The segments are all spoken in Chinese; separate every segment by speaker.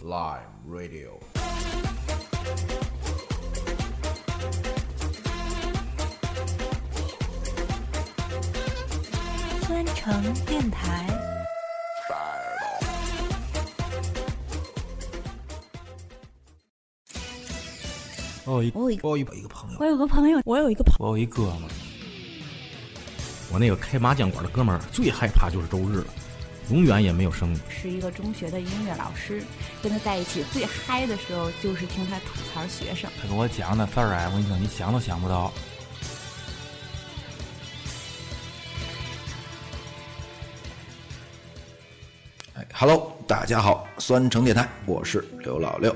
Speaker 1: Lime Radio。
Speaker 2: 酸橙电台。
Speaker 3: 我有一
Speaker 2: 我有一个
Speaker 1: 我有一个朋友，
Speaker 2: 我有个朋友，我有一个朋
Speaker 3: 我有一哥们儿，
Speaker 4: 我那个开麻将馆的哥们儿最害怕就是周日了，永远也没有生意。
Speaker 2: 是一个中学的音乐老师，跟他在一起最嗨的时候就是听他吐槽学生。
Speaker 3: 他跟我讲那事儿啊，我跟你讲，你想都想不到。
Speaker 1: 哎，Hello，大家好，酸橙电台，我是刘老六。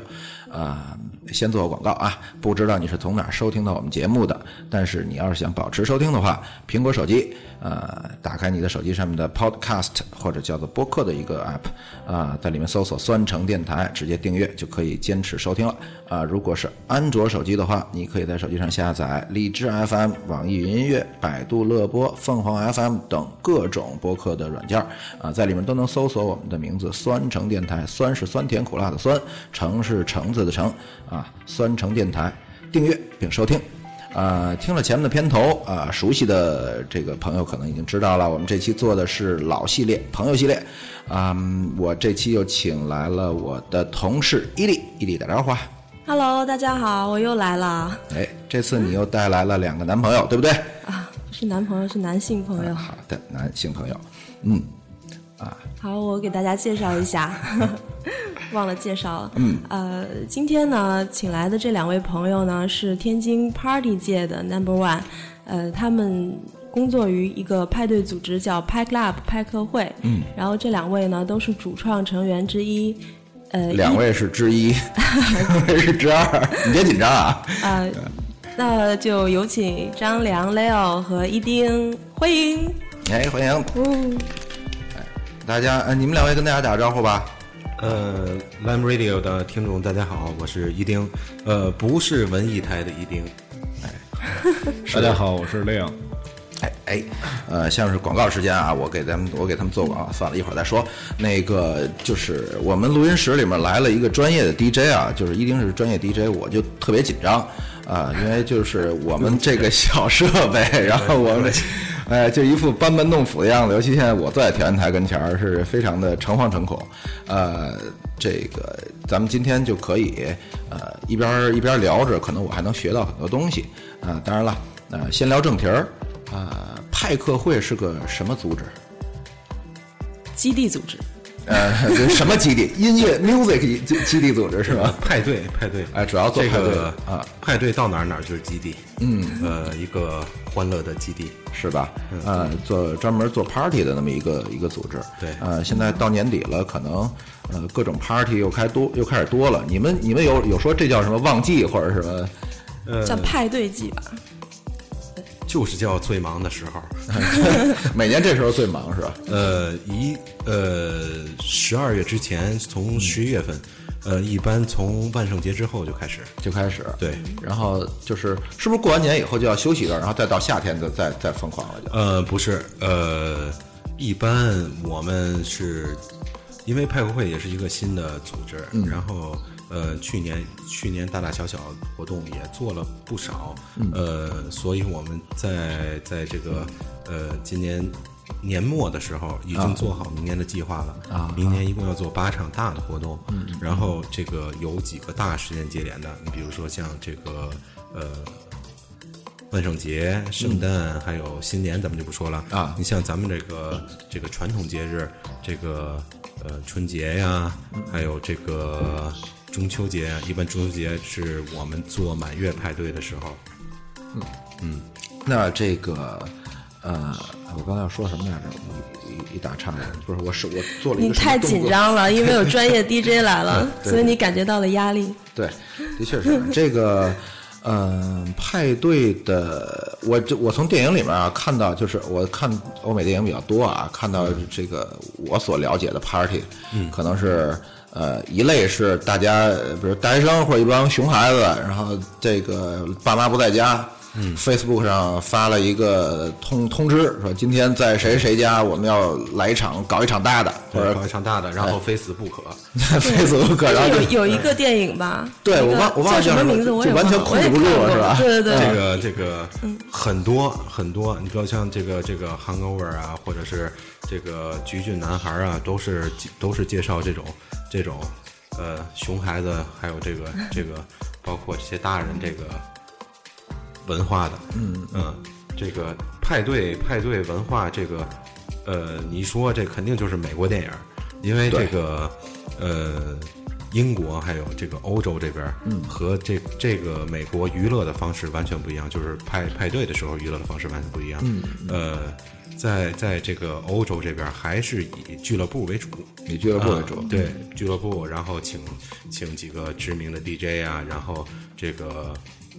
Speaker 1: 啊、先做个广告啊，不知道你是从哪儿收听到我们节目的，但是你要是想保持收听的话，苹果手机呃，打开你的手机上面的 Podcast 或者叫做播客的一个 App 啊、在里面搜索“酸橙电台”，直接订阅就可以坚持收听了啊、如果是安卓手机的话，你可以在手机上下载荔枝 FM、网易云音乐、百度乐播、凤凰 FM 等各种播客的软件儿啊，在里面都能搜索我们的名字“酸橙电台”，酸是酸甜苦辣的酸，橙是橙子的橙啊，酸橙电台订阅并收听。啊，听了前面的片头啊、熟悉的这个朋友可能已经知道了，我们这期做的是老系列、朋友系列。啊、嗯我这期又请来了我的同事伊利，伊利打招呼啊。
Speaker 5: Hello，大家好，我又来了。
Speaker 1: 哎，这次你又带来了两个男朋友，对不对？
Speaker 5: 不啊是男朋友，是男性朋友。
Speaker 1: 好的，男性朋友，嗯
Speaker 5: 好，我给大家介绍一 下，忘了介绍了。嗯，呃，今天呢，请来的这两位朋友呢，是天津 Party 界的 Number One，呃，他们工作于一个派对组织叫派 Club 派客会。嗯，然后这两位呢，都是主创成员之一。呃，
Speaker 1: 两位是之一，两位是之二，你别紧张啊。
Speaker 5: 呃，那就有请张良、Leo 和一丁，欢迎。
Speaker 1: 哎，欢迎哎
Speaker 5: 嗯。
Speaker 1: 大家，呃，你们两位跟大家打个招呼吧。
Speaker 6: 呃，Lime Radio 的听众，大家好，我是一丁，呃，不是文艺台的一丁，
Speaker 4: 大家好，我是亮。
Speaker 1: 哎哎，呃，像是广告时间啊，我给咱们我给他们做广告，算了一会儿再说。那个就是我们录音室里面来了一个专业的 DJ 啊，就是一定是专业 DJ，我就特别紧张啊、因为就是我们这个小设备，然后我们这，哎，就一副班门弄斧的样子。尤其现在我坐在调音台跟前儿，是非常的诚惶诚恐。呃，这个咱们今天就可以呃一边儿一边儿聊着，可能我还能学到很多东西啊、当然了，呃，先聊正题儿。啊，派克会是个什么组织？
Speaker 5: 基地组织。
Speaker 1: 呃，这什么基地？音乐 music 基基地组织是 吧？
Speaker 6: 派对派对，
Speaker 1: 哎主要做
Speaker 6: 这
Speaker 1: 派对
Speaker 6: 个
Speaker 1: 啊，
Speaker 6: 派对到哪儿哪儿就是基地，嗯，呃，一个欢乐的基地，
Speaker 1: 是吧？呃，做专门做 party 的那么一个一个组织。
Speaker 6: 对
Speaker 1: 呃，现在到年底了，可能呃各种 party 又开多又开始多了。你们你们有有说这叫什么旺季或者什么？ 呃
Speaker 5: 叫派对季吧，
Speaker 6: 就是叫最忙的时 候，
Speaker 1: 每年这时候最忙是吧？
Speaker 6: 呃，一呃十二月之前，从十一月份，呃，一般从万圣节之后就开始，
Speaker 1: 就开始。
Speaker 6: 对，
Speaker 1: 然后就是是不是过完年以后就要休息一段，然后再到夏天就再再疯狂了就？
Speaker 6: 呃，不是，呃，一般我们是因为派克会也是一个新的组织，然后呃，去年去年大大小小活动也做了不少，呃，所以我们在在这个呃今年。年末的时候已经做好明年的计划了啊！嗯明年一共要做八场大的活动，然后这个有几个大时间节点的，你比如说像这个呃万圣节、圣诞，还有新年，咱们就不说了
Speaker 1: 嗯啊
Speaker 6: 你像咱们这个这个传统节日，这个呃春节呀，还有这个中秋节啊，一般中秋节是我们做满月派对的时候。
Speaker 1: 那这个，呃，我刚才要说什么来着？一一一打岔了，不是，我是我做了一
Speaker 5: 你
Speaker 1: 个什么
Speaker 5: 太
Speaker 1: 动作
Speaker 5: 紧。张了，因为有专业 DJ 来了， 所以你感觉到了压力。
Speaker 1: 对，的确是这个，呃，派对的，我这我从电影里面啊看到，就是我看欧美电影比较多啊，看到
Speaker 6: 嗯
Speaker 1: 这个我所了解的 party，嗯，可能是。呃，一类是大家，呃比如大学生或者一帮熊孩子，然后这个爸妈不在家，嗯，Facebook 上发了一个通通知，说今天在谁谁家我们要来一场搞一场大的，或者哎
Speaker 6: 搞一场大的，然后非死不可。
Speaker 1: Facebook，然后就
Speaker 5: 有有一个电影吧？
Speaker 1: 对
Speaker 5: 一个
Speaker 1: 我忘我忘了
Speaker 5: 叫什
Speaker 1: 叫什
Speaker 5: 么
Speaker 1: 么
Speaker 5: 名字，
Speaker 1: 就
Speaker 5: 我也
Speaker 1: 完全
Speaker 5: 忘了我也
Speaker 1: 控制不住
Speaker 5: 看过
Speaker 1: 是吧
Speaker 5: 对对
Speaker 6: 这
Speaker 5: 对，
Speaker 6: 个这个很多很多，你比如像这个这个 Hangover 啊，或者是这个橘郡男孩啊，都是都是介绍这种这种呃熊孩子，还有这个这个包括这些大人这个文化的，嗯这个派对派对文化这个呃，你说这肯定就是美国电影儿，因为这
Speaker 1: 对
Speaker 6: 个呃。英国还有这个欧洲这边，嗯，和这这个美国娱乐的方式完全不一样，就是派派对的时候娱乐的方式完全不一样。嗯，呃，在在这个欧洲这边还是以俱乐部为主，
Speaker 1: 以俱乐部为主
Speaker 6: 啊，对俱乐部，然后请请几个知名的 DJ 啊，然后这个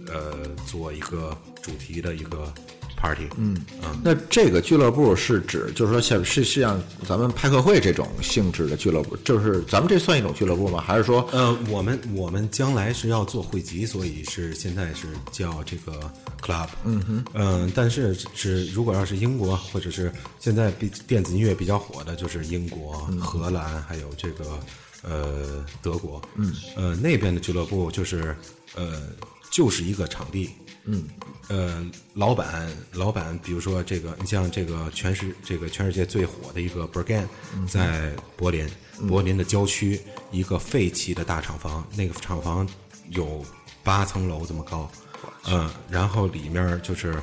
Speaker 6: 呃做一个主题的一个 party，嗯，
Speaker 1: 那这个俱乐部是指，就是说像是是像咱们派客会这种性质的俱乐部，就是咱们这算一种俱乐部吗？还是说
Speaker 6: 呃，我们我们将来是要做汇集，所以是现在是叫这个 club。嗯哼，嗯、但是是如果要是英国或者是现在比电子音乐比较火的，就是英国、荷兰还有这个呃德国。嗯，呃那边的俱乐部就是呃就是一个场地。嗯，呃，老板，老板，比如说这个，你像这个全世这个全世界最火的一个 Bergen，在柏林，柏林的郊区一个废弃的大厂房，那个厂房有八层楼这么高，嗯、然后里面就是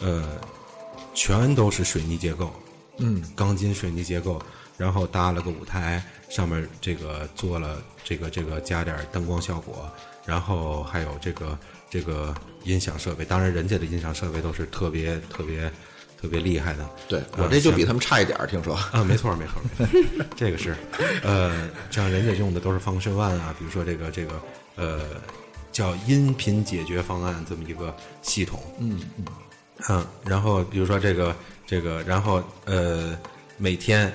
Speaker 6: 呃，全都是水泥结构，嗯，钢筋水泥结构，然后搭了个舞台，上面这个做了这个这个加点儿灯光效果，然后还有这个这个音响设备，当然人家的音响设备都是特别特别特别厉害的，
Speaker 1: 对
Speaker 6: 呃
Speaker 1: 我这就比
Speaker 6: 像
Speaker 1: 他们差一点儿？听说
Speaker 6: 啊，没错儿，没错儿，没错儿，这个是，呃，像人家用的都是方式万啊，比如说这个这个呃叫音频解决方案这么一个系统，嗯嗯，然后比如说这个这个，然后呃每天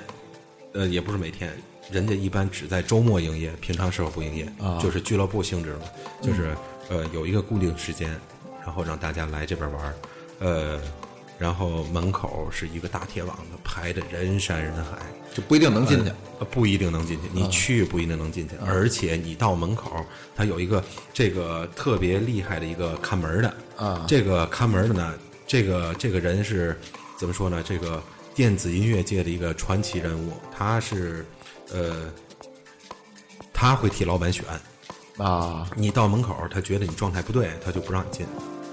Speaker 6: 呃也不是每天。人家一般只在周末营业，平常时候不营业，就是俱乐部性质了，就是、呃有一个固定时间，然后让大家来这边玩儿，呃，然后门口是一个大铁网子，排的人山人海，
Speaker 1: 就不一定能进去。啊
Speaker 6: 呃，不一定能进去，你去不一定能进去，而且你到门口，它有一个这个特别厉害的一个看门的
Speaker 1: 啊
Speaker 6: 这个看门的呢，这个这个人是怎么说呢？这个电子音乐界的一个传奇人物，他是呃，他会替老板选，
Speaker 1: 啊，
Speaker 6: 你到门口，他觉得你状态不对，他就不让你进。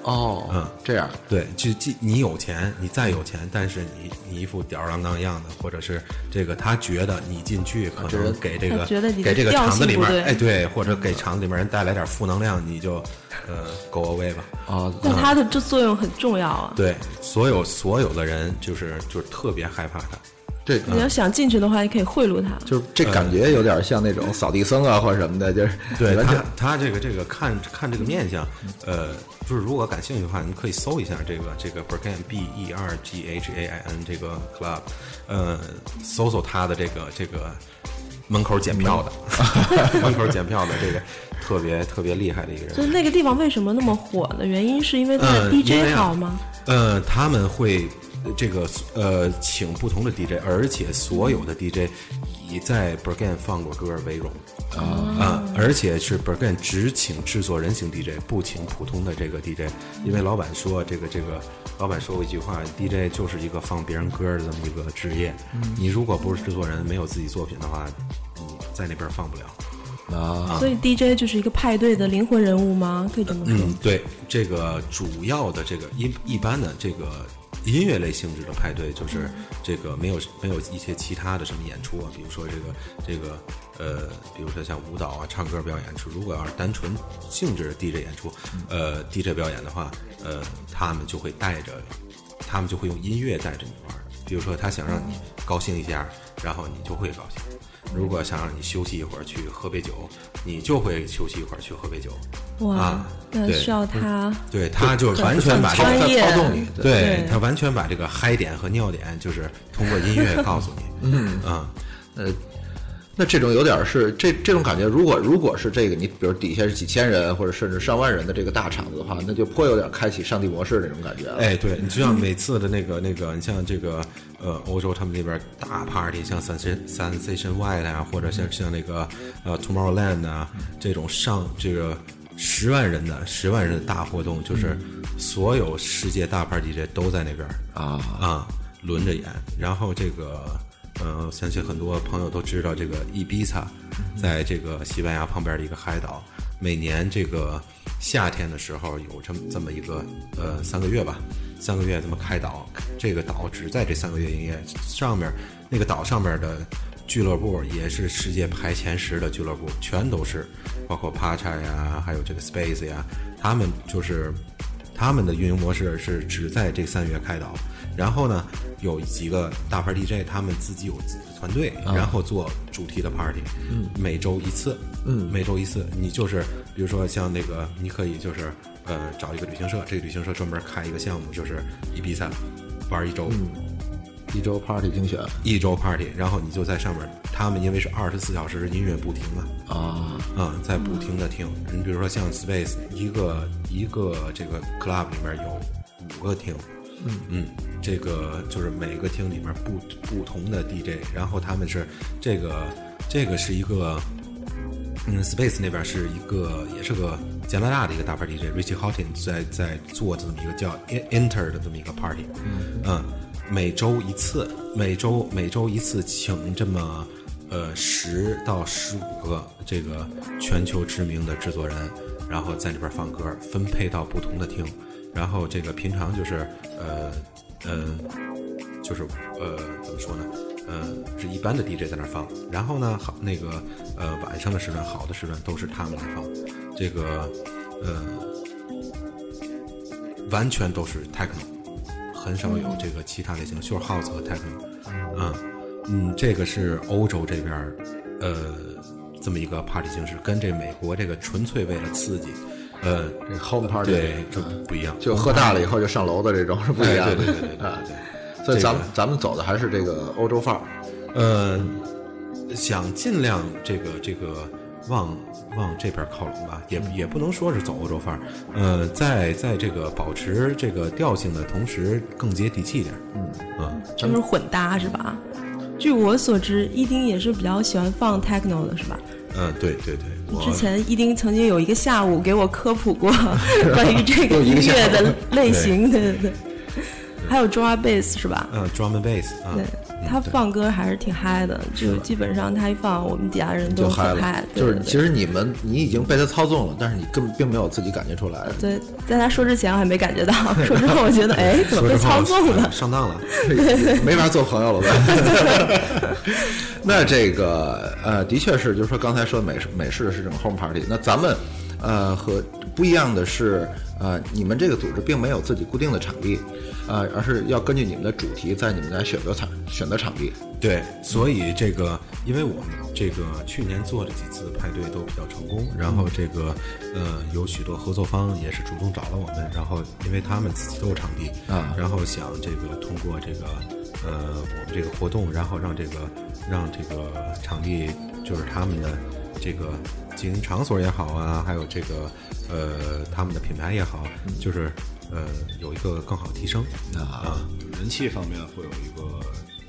Speaker 1: 哦，
Speaker 6: 嗯
Speaker 1: 这样
Speaker 6: 对，就既你有钱，你再有钱，但是你你一副吊儿郎当样的，或者是这个他觉得你进去可能给这个
Speaker 5: 他觉得你
Speaker 6: 给这个
Speaker 5: 调
Speaker 6: 厂子
Speaker 5: 性
Speaker 6: 里
Speaker 5: 不
Speaker 6: 面
Speaker 5: 对
Speaker 6: 哎对，或者给厂子里面人带来点负能量，你就呃 go away 吧。
Speaker 1: 啊，
Speaker 5: 但它的这作用很重要啊。
Speaker 6: 对，所有所有的人就是就是特别害怕他。
Speaker 1: 这
Speaker 6: 呃
Speaker 5: 你要想进去的话，你可以贿�赂他。
Speaker 1: 就是这感觉有点像那种扫地僧啊或者什么的，就是
Speaker 6: 对
Speaker 1: 完
Speaker 6: 他
Speaker 1: 全，
Speaker 6: 他这个这个看看这个面相，呃，就是如果感兴趣的话，你们可以搜一下这个这个 Bergan B E R G H A I N 这个 club，呃，搜搜他的这个这个门口检票的， 门口检票的这个特别特别厉害的一个人
Speaker 5: 就。那个地方为什么那么火的原因，是因为它的
Speaker 6: 嗯因为
Speaker 5: DJ
Speaker 6: 啊
Speaker 5: 好吗？
Speaker 6: 呃，他们会呃这个呃，请不同的 DJ，而且所有的 DJ 以在 Bergen 放过歌为荣
Speaker 5: 哦
Speaker 6: 啊、而且是 Bergen 只请制作人型 DJ，不请普通的这个 DJ，因为老板说这个这个，老板说过一句话，DJ 就是一个放别人歌的这么一个职业，
Speaker 5: 嗯
Speaker 6: 你如果不是制作人，没有自己作品的话，你在那边放不了。
Speaker 1: 啊，
Speaker 5: 所以 DJ 就是一个派对的灵魂人物吗？可以这么说。
Speaker 6: 嗯，对，这个主要的这个一一般的这个音乐类性质的派对，就是这个没有没有一些其他的什么演出啊，比如说这个这个呃，比如说像舞蹈啊、唱歌表演出，如果要是单纯性质的 DJ 演出，呃，DJ 表演的话，呃，他们就会带着，他们就会用音乐带着你玩儿。比如说他想让你高兴一下，然后你就会高兴。如果想让你休息一会儿去喝杯酒，你就会休息一会儿去喝杯酒。
Speaker 5: 哇
Speaker 6: 啊，
Speaker 5: 那
Speaker 6: 对
Speaker 5: 需要
Speaker 1: 嗯
Speaker 5: 他
Speaker 6: 对，他就是完全把这
Speaker 5: 专
Speaker 6: 个，
Speaker 5: 业
Speaker 1: 他操纵你，对
Speaker 6: 对他完全把这个嗨点和尿点，就是通过音乐告诉你。嗯啊，
Speaker 1: 呃，那这种有点儿是这这种感觉，如果如果是这个你比如底下是几千人或者甚至上万人的这个大场子的话，那就颇有点开启上帝模式那种感觉了。
Speaker 6: 哎，对你就像每次的那个那个，你像这个呃，欧洲他们那边大 party，像 Sensation Sensation Y 的啊，或者像像那个呃 Tomorrowland 啊这种上这个十万人的十万人的大活动，就是所有世界大牌 DJ 都在那边儿
Speaker 1: 啊
Speaker 6: 啊轮着演，然后这个。呃，相信很多朋友都知道，这个伊比萨，在这个西班牙旁边的一个海岛，每年这个夏天的时候有这么这么一个呃三个月吧，三个月这么开岛，这个岛只在这三个月营业，上面那个岛上面的俱乐部也是世界排前十的俱乐部，全都是，包括 Pacha 呀，还有这个 Space 呀，他们就是他们的运营模式是只在这三月开岛，然后呢，有几个大牌 DJ 他们自己有自己的团队，然后做主题的 party，、每周一次，嗯，每周一次，你就是比如说像那个，你可以就是呃找一个旅行社，这个旅行社专门开一个项目，就是一比赛玩一周，
Speaker 1: 一周 party 精选
Speaker 6: 一周 party，然后你就在上面，他们因为是二十四小时音乐不停
Speaker 1: 啊，
Speaker 6: 啊，啊、在不停的听。你比如说像 Space，一个一个这个 club 里面有五个厅，嗯这个就是每个厅里面不不同的 DJ，然后他们是这个这个是一个。嗯，Space 那边是一个，也是个加拿大的一个大牌 DJ Richie Houghton 在在做这么一个叫 In- Enter 的这么一个 party，嗯每周一次，每周每周一次，请这么呃十到十五个这个全球知名的制作人，然后在里边放歌，分配到不同的厅，然后这个平常就是呃呃就是呃怎么说呢？呃，是一般的 DJ 在那儿放，然后呢，好那个呃晚上的时段，好的时段都是他们来放，这个呃完全都是 techno，很少有这个其他类型，就是 house 和 techno，嗯嗯，这个是欧洲这边儿呃这么一个 party 形式，跟这美国这个纯粹为了刺激，呃
Speaker 1: 这 home party
Speaker 6: 对这不一样，
Speaker 1: 就喝大了以后就上楼的这 种是不一样的。
Speaker 6: 哎对对对对对
Speaker 1: 啊
Speaker 6: 对。
Speaker 1: 所以咱们
Speaker 6: 这
Speaker 1: 咱们走的还是这个欧洲范儿，
Speaker 6: 呃，想尽量这个这个往往这边靠拢吧，也
Speaker 5: 嗯
Speaker 6: 也不能说是走欧洲范儿，呃，在在这个保持这个调性的同时，更接地气一点。嗯嗯，
Speaker 5: 就是混搭是吧？据我所知，一丁也是比较喜欢放 techno 的是吧？
Speaker 6: 呃，对对对，我
Speaker 5: 之前一丁曾经有一个下午给我科 普过关于这个音乐的类型，对对对。还有 drum and bass 是吧？
Speaker 6: 呃，drum and bass
Speaker 1: 嗯
Speaker 6: 啊、
Speaker 5: 对他放歌还是挺嗨的，就基本上他一放，我们底下人都
Speaker 1: 嗨
Speaker 5: 很
Speaker 1: 了
Speaker 5: 嗨。。对
Speaker 1: 就是
Speaker 5: 对对
Speaker 1: 其实你们你已经被他操纵了，但是你根本并没有自己感觉出来。
Speaker 5: 对，在他说之前我还没 感觉到，说之后我觉得哎，怎么
Speaker 6: 说
Speaker 5: 被
Speaker 6: 实话
Speaker 5: 操纵了？
Speaker 6: 上当了。
Speaker 1: 没法做朋友了吧？ 那这个呃，的确是，就是说刚才说美式美式是这种 home party，那咱们呃和不一样的是，呃，你们这个组织并没有自己固定的场地，呃，而是要根据你们的主题，在你们来选择场选择场地。
Speaker 6: 对，所以这个，因为我们这个去年做了几次派对都比较成功，然后这个，呃，有许多合作方也是主动找了我们，然后因为他们自己都有场地
Speaker 1: 啊
Speaker 6: 然后想这个通过这个，呃，我们这个活动，然后让这个让这个场地就是他们的这个经营场所也好啊，还有这个呃他们的品牌也好，
Speaker 7: 嗯
Speaker 6: 就是呃有一个更好的提升啊
Speaker 7: 人气方面会有一个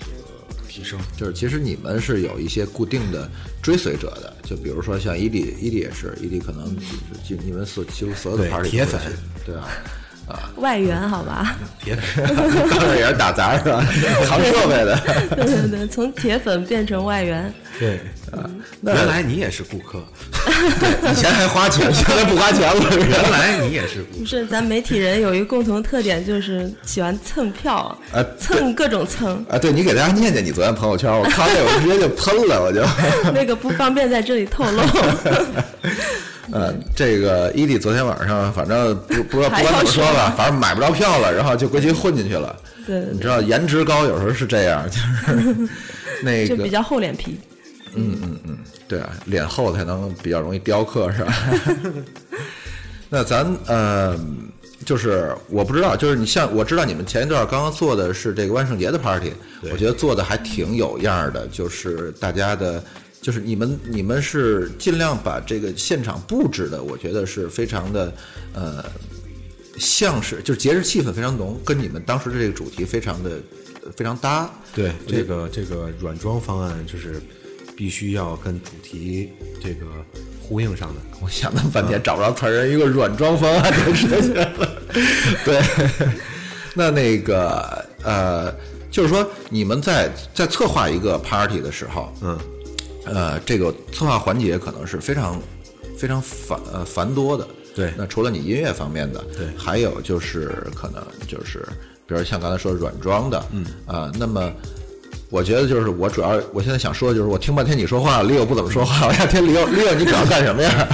Speaker 7: 这个提升。
Speaker 1: 就是其实你们是有一些固定的追随者的，就比如说像伊利，伊利也是，伊利可能就就你们所几乎所有的
Speaker 6: 对
Speaker 1: party
Speaker 6: 铁
Speaker 1: 都会
Speaker 6: 粉
Speaker 1: 去，对啊。
Speaker 5: 外援好吧？
Speaker 6: 别
Speaker 1: 当然也是打杂是吧？扛设备的，
Speaker 5: 对对对，从铁粉变成外援，
Speaker 6: 对，啊原来你也是顾客，
Speaker 1: 以前还花钱，现在不花钱了。是吧
Speaker 6: 原来你也是
Speaker 5: 不
Speaker 6: 顾客。
Speaker 5: 是咱媒体人有一个共同特点，就是喜欢蹭票
Speaker 1: 啊，
Speaker 5: 蹭各种蹭，
Speaker 1: 啊，对你给大家念念你昨天朋友圈，我看完这我直接就喷了，我就。
Speaker 5: 那个不方便在这里透露。
Speaker 1: 呃，这个伊利昨天晚上反正不不知道不管怎么说吧，反正买不着票了，然后就归其混进去了。
Speaker 5: 对对
Speaker 1: 你知道颜值高有时候是这样，就是 那
Speaker 5: 就
Speaker 1: 个
Speaker 5: 比较厚脸皮。
Speaker 1: 对啊，脸厚才能比较容易雕刻，是吧？ 那咱呃，就是我不知道，就是你像我知道你们前一段刚刚做的是这个万圣节的 party，我觉得做的还挺有样儿的，就是大家的就是你们你们是尽量把这个现场布置的，我觉得是非常的呃，像是就是节日气氛非常浓，跟你们当时的这个主题非常的呃非常搭。
Speaker 6: 对，这个这个软装方案就是必须要跟主题这个呼应上的。
Speaker 1: 我想了半天找不着词儿，一个软装方案这事情。对，那那个呃，就是说你们在在策划一个 party 的时候，嗯，呃，这个策划环节可能是非常非常繁呃繁多的。
Speaker 6: 对
Speaker 1: 那除了你音乐方面的，
Speaker 6: 对
Speaker 1: 还有就是可能就是，比如像刚才说的软装的，嗯啊、那么。我觉得就是我主要，我现在想说的就是，我听半天你说话，李友不怎么说话，我想听李友，李友你主要干什么呀？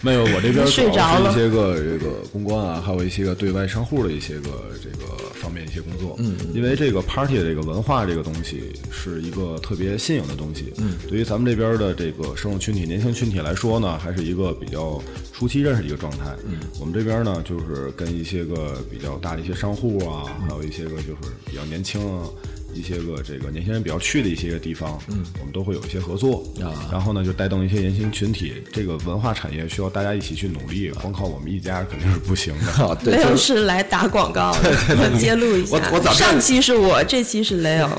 Speaker 7: 没有，我这边
Speaker 5: 睡
Speaker 7: 主
Speaker 5: 着
Speaker 7: 要是
Speaker 5: 了
Speaker 7: 一些个这个公关啊，还有一些个对外商户的一些个这个方面一些工作。嗯，因为这个 party 的这个文化这个东西是一个特别新颖的东西。嗯，对于咱们这边的这个受众群体、年轻群体来说呢，还是一个比较初期认识的一个状态。嗯，我们这边呢，就是跟一些个比较大的一些商户啊，还有一些个就是比较年轻啊。一些个这个年轻人比较去的一些个地方，嗯，我们都会有一些合作啊，然后呢，就带动一些年轻群体。这个文化产业需要大家一起去努力，光靠我们一家肯定是不行 的。
Speaker 1: 哦，对，
Speaker 5: 雷
Speaker 1: 就
Speaker 5: 欧
Speaker 1: 是
Speaker 5: 哎是来打广告 的，我揭露一下。
Speaker 1: 我我早知道
Speaker 5: 上期是我，这期是 雷欧，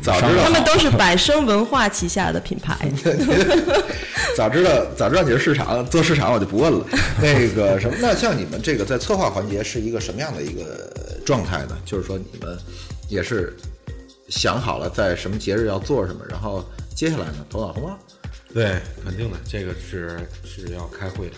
Speaker 1: 早知
Speaker 5: 他
Speaker 1: 道
Speaker 5: 们都是百生文化旗下的品牌。
Speaker 1: 早知道早知道你是市场做市场，我就不 问了。那个什么，那像你们这个在策划环节是一个什么样的一个状态呢？就是说你们也是想好了在什么节日要做什么，然后接下来呢头脑风暴。
Speaker 6: 对，嗯肯定的，这个是是要开会的，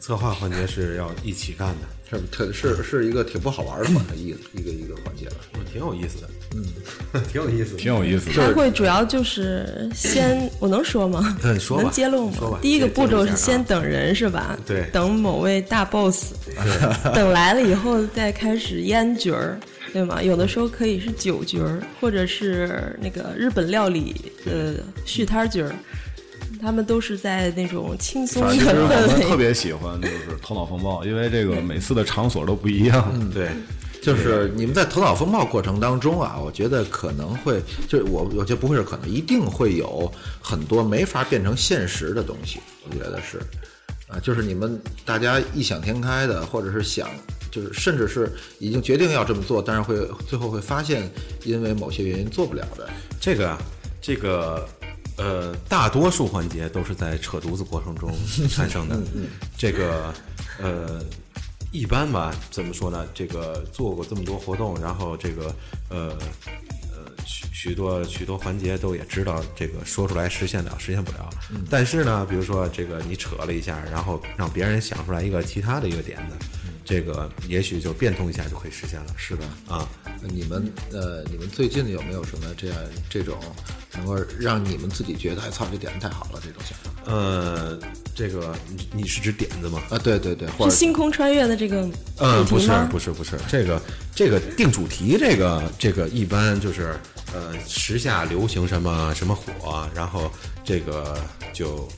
Speaker 6: 策划环节是要一起干的，
Speaker 1: 是不特是是一个挺不好 玩的环节，一个一个一个环节吧。
Speaker 6: 挺有意思的，嗯， 挺有意思的，
Speaker 7: 挺有 意思的，
Speaker 5: 开会主要就是先，我能说吗？
Speaker 6: 嗯说吧
Speaker 5: 能揭露吗
Speaker 6: 说吧？
Speaker 5: 第一个
Speaker 6: 揭揭
Speaker 5: 步
Speaker 6: 露
Speaker 5: 骤
Speaker 6: 一下
Speaker 5: 是
Speaker 6: 啊
Speaker 5: 先等人是吧？
Speaker 6: 对啊
Speaker 5: 等某位大 boss，等 来了以后再开始烟局儿，对吗？有的时候可以是酒局儿，或者是那个日本料理的续摊儿局儿，他们都是在那种轻松
Speaker 7: 反
Speaker 5: 的
Speaker 7: 正其实我们
Speaker 5: 氛
Speaker 7: 特
Speaker 5: 围。
Speaker 7: 别喜欢就是头脑风暴，因为这个每次的场所都不一样。
Speaker 6: 对，
Speaker 1: 就是你们在头脑风暴过程当中啊，我觉得可能会，就是我我觉得不会是可能，一定会有很多没法变成现实的东西，我觉得是，啊，就是你们大家异想天开的，或者是想，就是甚至是已经决定要这么做，但是会最后会发现因为某些原因做不了的，
Speaker 6: 这个啊这个呃，大多数环节都是在扯犊子过程中产生的。这个呃，一般吧，怎么说呢？这个做过这么多活动，然后这个呃呃许许多许多环节都也知道这个说出来实现了实现不了，但是呢，比如说这个你扯了一下，然后让别人想出来一个其他的一个点子。这个也许就变通一下就可以实现了，是吧？啊，
Speaker 1: 你们呃，你们最近有没有什么这样这种能够让你们自己觉得哎操这点子太好了这种想法
Speaker 6: 呃，这个你你是指点子吗？
Speaker 1: 啊？对对对，或
Speaker 5: 是
Speaker 1: 者
Speaker 5: 星空穿越的这个
Speaker 6: 嗯，
Speaker 5: 主
Speaker 6: 不
Speaker 5: 题
Speaker 6: 是
Speaker 5: 吗？
Speaker 6: 不是不是，这个这个定主题，这个这个一般就是呃，时下流行什么什么火，然后这个就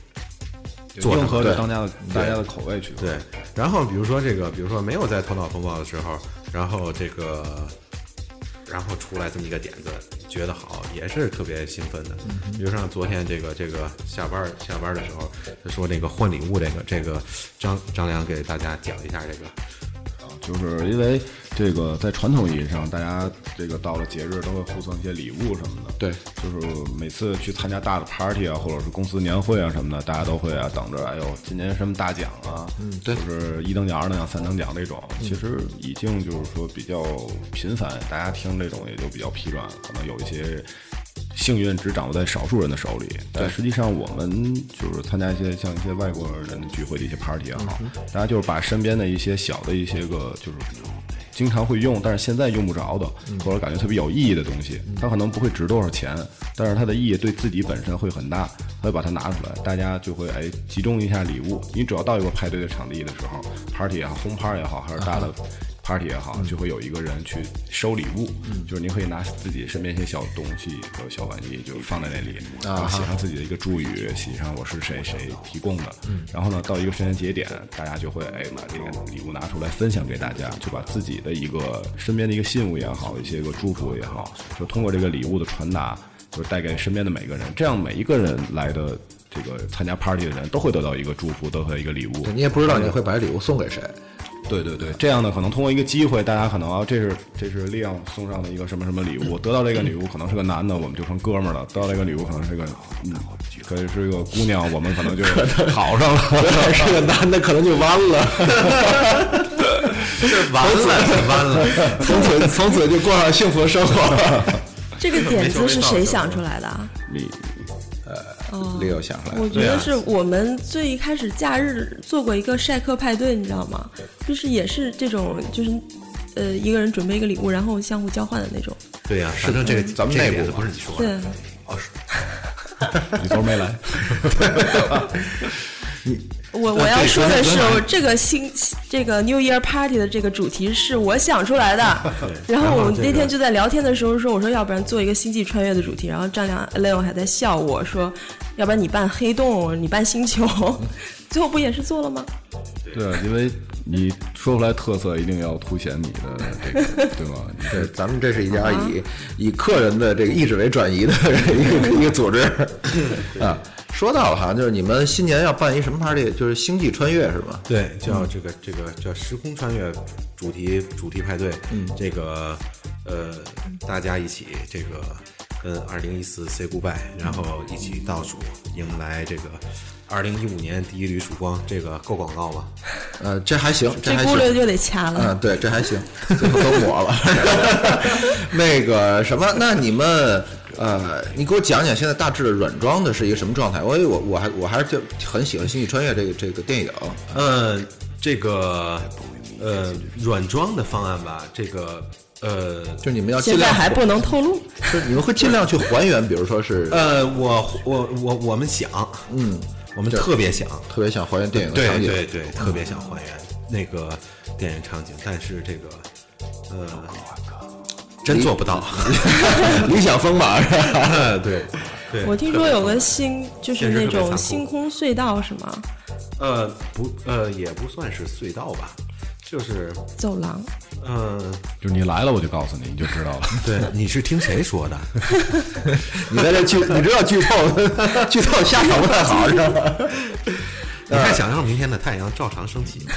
Speaker 7: 就
Speaker 6: 做
Speaker 7: 迎合着
Speaker 6: 对
Speaker 7: 当家的大家的口味去。
Speaker 6: 对，然后比如说这个，比如说没有在头脑风暴的时候，然后这个，然后出来这么一个点子，觉得好，也是特别兴奋的。比如像昨天这个这个下班儿下班儿的时候，他说这个换礼物这个这个张张良给大家讲一下这个，
Speaker 7: 就是因为这个在传统意义上，大家这个到了节日都会互送一些礼物什么的。
Speaker 1: 对，
Speaker 7: 就是每次去参加大的 party 啊，或者是公司年会啊什么的，大家都会啊等着，哎呦，今年什么大奖啊，嗯，
Speaker 1: 对
Speaker 7: 就是一等奖、二等奖、三等奖那种，其实已经就是说比较频繁，大家听这种也就比较疲软了，可能有一些。幸运只掌握在少数人的手里，但实际上我们就是参加一些像一些外国人聚会的一些 party 也好，大家就是把身边的一些小的一些个就是经常会用，但是现在用不着的，或者感觉特别有意义的东西，它可能不会值多少钱，但是它的意义对自己本身会很大，他会把它拿出来，大家就会哎集中一下礼物。你只要到一个派对的场地的时候，party 也好，轰趴也好，还是大的 party 也
Speaker 4: 嗯
Speaker 7: 好，就会有一个人去收礼物，就是你可以拿自己身边一些小东西和小玩意，就是放在那里，然
Speaker 4: 啊
Speaker 7: 后写上自己的一个注语，写上我是谁谁提供的，
Speaker 4: 嗯
Speaker 7: 然后呢，到一个时间节点，大家就会哎把这个礼物拿出来分享给大家，就把自己的一个身边的一个信物也好，一些个祝福也好，就通过这个礼物的传达。就是带给身边的每个人，这样每一个人来的这个参加 party 的人都会得到一个祝福，得到一个礼物。
Speaker 4: 你也不知道你会把礼物送给谁。
Speaker 7: 对对对，这样呢，可能通过一个机会，大家可能啊，这是这是利昂送上的一个什么什么礼物，得到这个礼物可能是个男的，我们就成哥们儿了；得到这个礼物可能是个，嗯，可能是个姑娘，我们可能就好上了。
Speaker 4: 是个男的，可能就弯 了，
Speaker 6: 这 完了，完了，
Speaker 4: 从此从此就过上幸福的生活。
Speaker 5: 这个点子是谁想出来的 啊？哦
Speaker 7: 你
Speaker 6: 呃
Speaker 4: 李友想出来
Speaker 5: 我
Speaker 4: 了，
Speaker 5: 觉得是我们最一开始假日做过一个晒课派对，你知道吗？就是也是这种，就是呃一个人准备一个礼物，然后相互交换的那种。
Speaker 6: 对呀，反正这个
Speaker 4: 咱们
Speaker 6: 嗯
Speaker 4: 内
Speaker 6: 这个
Speaker 4: 部啊
Speaker 6: 点子不是你说的，
Speaker 5: 对，
Speaker 7: 你昨儿没来，
Speaker 5: 我我要说的是，我这个新这个 New Year Party 的这个主题是我想出 来的。然后我们那天就在聊天的时候说，我说要不然做一个星际穿越的主题。然后张良 Leon 还在笑我说，要不然你办黑洞，你办星 球，最后不也是做了吗？
Speaker 7: 对，因为你说出来特色，一定要凸显你的这个，对吧？你
Speaker 4: 对，咱们这是一家
Speaker 6: 啊
Speaker 4: 以以客人的这个意志为转移的一个一个 组织啊。说到了，好像就是你们新年要办一什么 party，就是星际穿越是吧？
Speaker 6: 对，叫这个这个叫时空穿越主题主题派对，嗯，这个呃，大家一起这个跟二零一四 say goodbye，然后一起倒数迎来这个二零一五年第一缕曙光，这个够广告吗？
Speaker 4: 呃，这还行，
Speaker 5: 这
Speaker 4: 还
Speaker 5: 轱
Speaker 4: 行。
Speaker 5: 辘就得掐了。
Speaker 4: 嗯，对，这还行，最后都抹了。 那个什么，那你们呃，你给我讲讲现在大致的软装的是一个什么状态？我以为我我还我还是就很喜欢《星际穿越》这个这个电影。
Speaker 6: 呃，这个呃软装的方案吧，这个呃
Speaker 4: 就是你们要
Speaker 5: 现
Speaker 4: 尽
Speaker 5: 在
Speaker 4: 量
Speaker 5: 还不能透露，
Speaker 4: 就是你们会尽量去还原，比如说是
Speaker 6: 呃，我我我我们想，嗯，我们特别想，
Speaker 4: 特别想还原电影的
Speaker 6: 对
Speaker 4: 场景。
Speaker 6: 对对，特别想还原那个电影场景，但是这个，呃，真做不到。
Speaker 4: 理想风马是吧？
Speaker 6: 对对，
Speaker 5: 我听说有个星，就是
Speaker 6: 现实
Speaker 5: 那
Speaker 6: 特别残
Speaker 5: 种
Speaker 6: 酷
Speaker 5: 星空隧道是吗？
Speaker 6: 呃不呃也不算是隧道吧，就是
Speaker 5: 走廊，
Speaker 6: 嗯、呃，
Speaker 7: 就是你来了，我就告诉你，你就知道了。
Speaker 6: 对，你是听谁说的？
Speaker 4: 你在这剧，你知道剧透，剧透下场不太好是吧？
Speaker 6: 你还想让明天的太阳照常升起吗？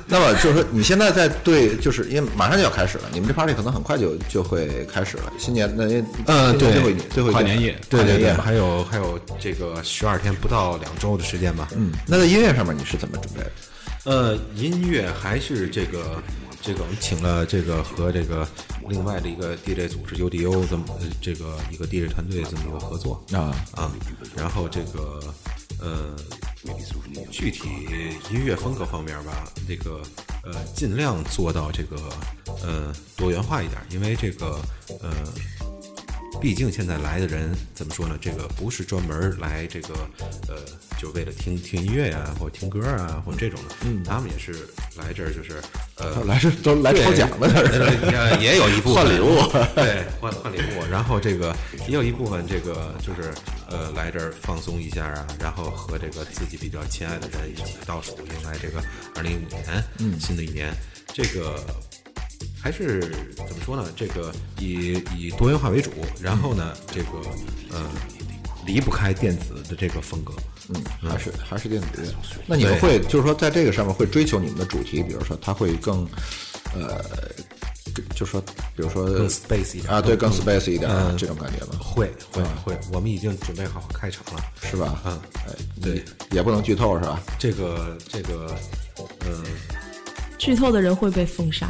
Speaker 4: 那么就是说，你现在在对，就是因为马上就要开始了，你们这 party 可能很快就就会开始了。新年那因为
Speaker 6: 呃
Speaker 4: 今
Speaker 6: 对
Speaker 4: 年最后一年最后一
Speaker 7: 跨
Speaker 4: 天
Speaker 7: 年夜
Speaker 4: 嗯跨
Speaker 6: 对对
Speaker 4: 年夜
Speaker 6: 对，
Speaker 4: 嘛。
Speaker 6: 还有还有这个十二天不到两周的时间吧。嗯，
Speaker 4: 那在音乐上面你是怎么准备的？
Speaker 6: 呃，音乐还是这个这个，我们请了这个和这个另外的一个 DJ 组织 UDO 这么呃这个一个 DJ 团队这么一个合作啊啊，然后这个呃具体音乐风格方面吧，这个呃尽量做到这个呃多元化一点，因为这个呃。毕竟现在来的人怎么说呢？这个不是专门来这个呃，就为了听听音乐呀、或者听歌啊，或者这种的。他们也是来这儿就是呃，
Speaker 4: 嗯哦来是都来
Speaker 6: 对
Speaker 4: 抽奖的，那是。
Speaker 6: 呃也也有一部 分
Speaker 4: 换礼物，
Speaker 6: 对，换换礼物。啊然后这个也有一部分这个就是呃来这儿放松一下啊，然后和这个自己比较亲爱的人一起倒数迎来这个二零一五年，嗯，新的一年。这个还是怎么说呢？这个以以多元化为主，然后呢，这个呃离不开电子的这个风格。嗯
Speaker 4: 还是还是电子乐。那你们会就是说，在这个上面会追求你们的主题，比如说它会更，呃，就就说比如说
Speaker 6: 更 space 一点
Speaker 4: 啊，对，更
Speaker 6: 更
Speaker 4: space 一点这种感觉吧，
Speaker 6: 会会会，我们已经准备好开场了。
Speaker 4: 是吧？
Speaker 6: 嗯，
Speaker 4: 哎，
Speaker 6: 对，
Speaker 4: 也不能剧透是吧？
Speaker 6: 这个这个，嗯、
Speaker 5: 剧透的人会被封杀。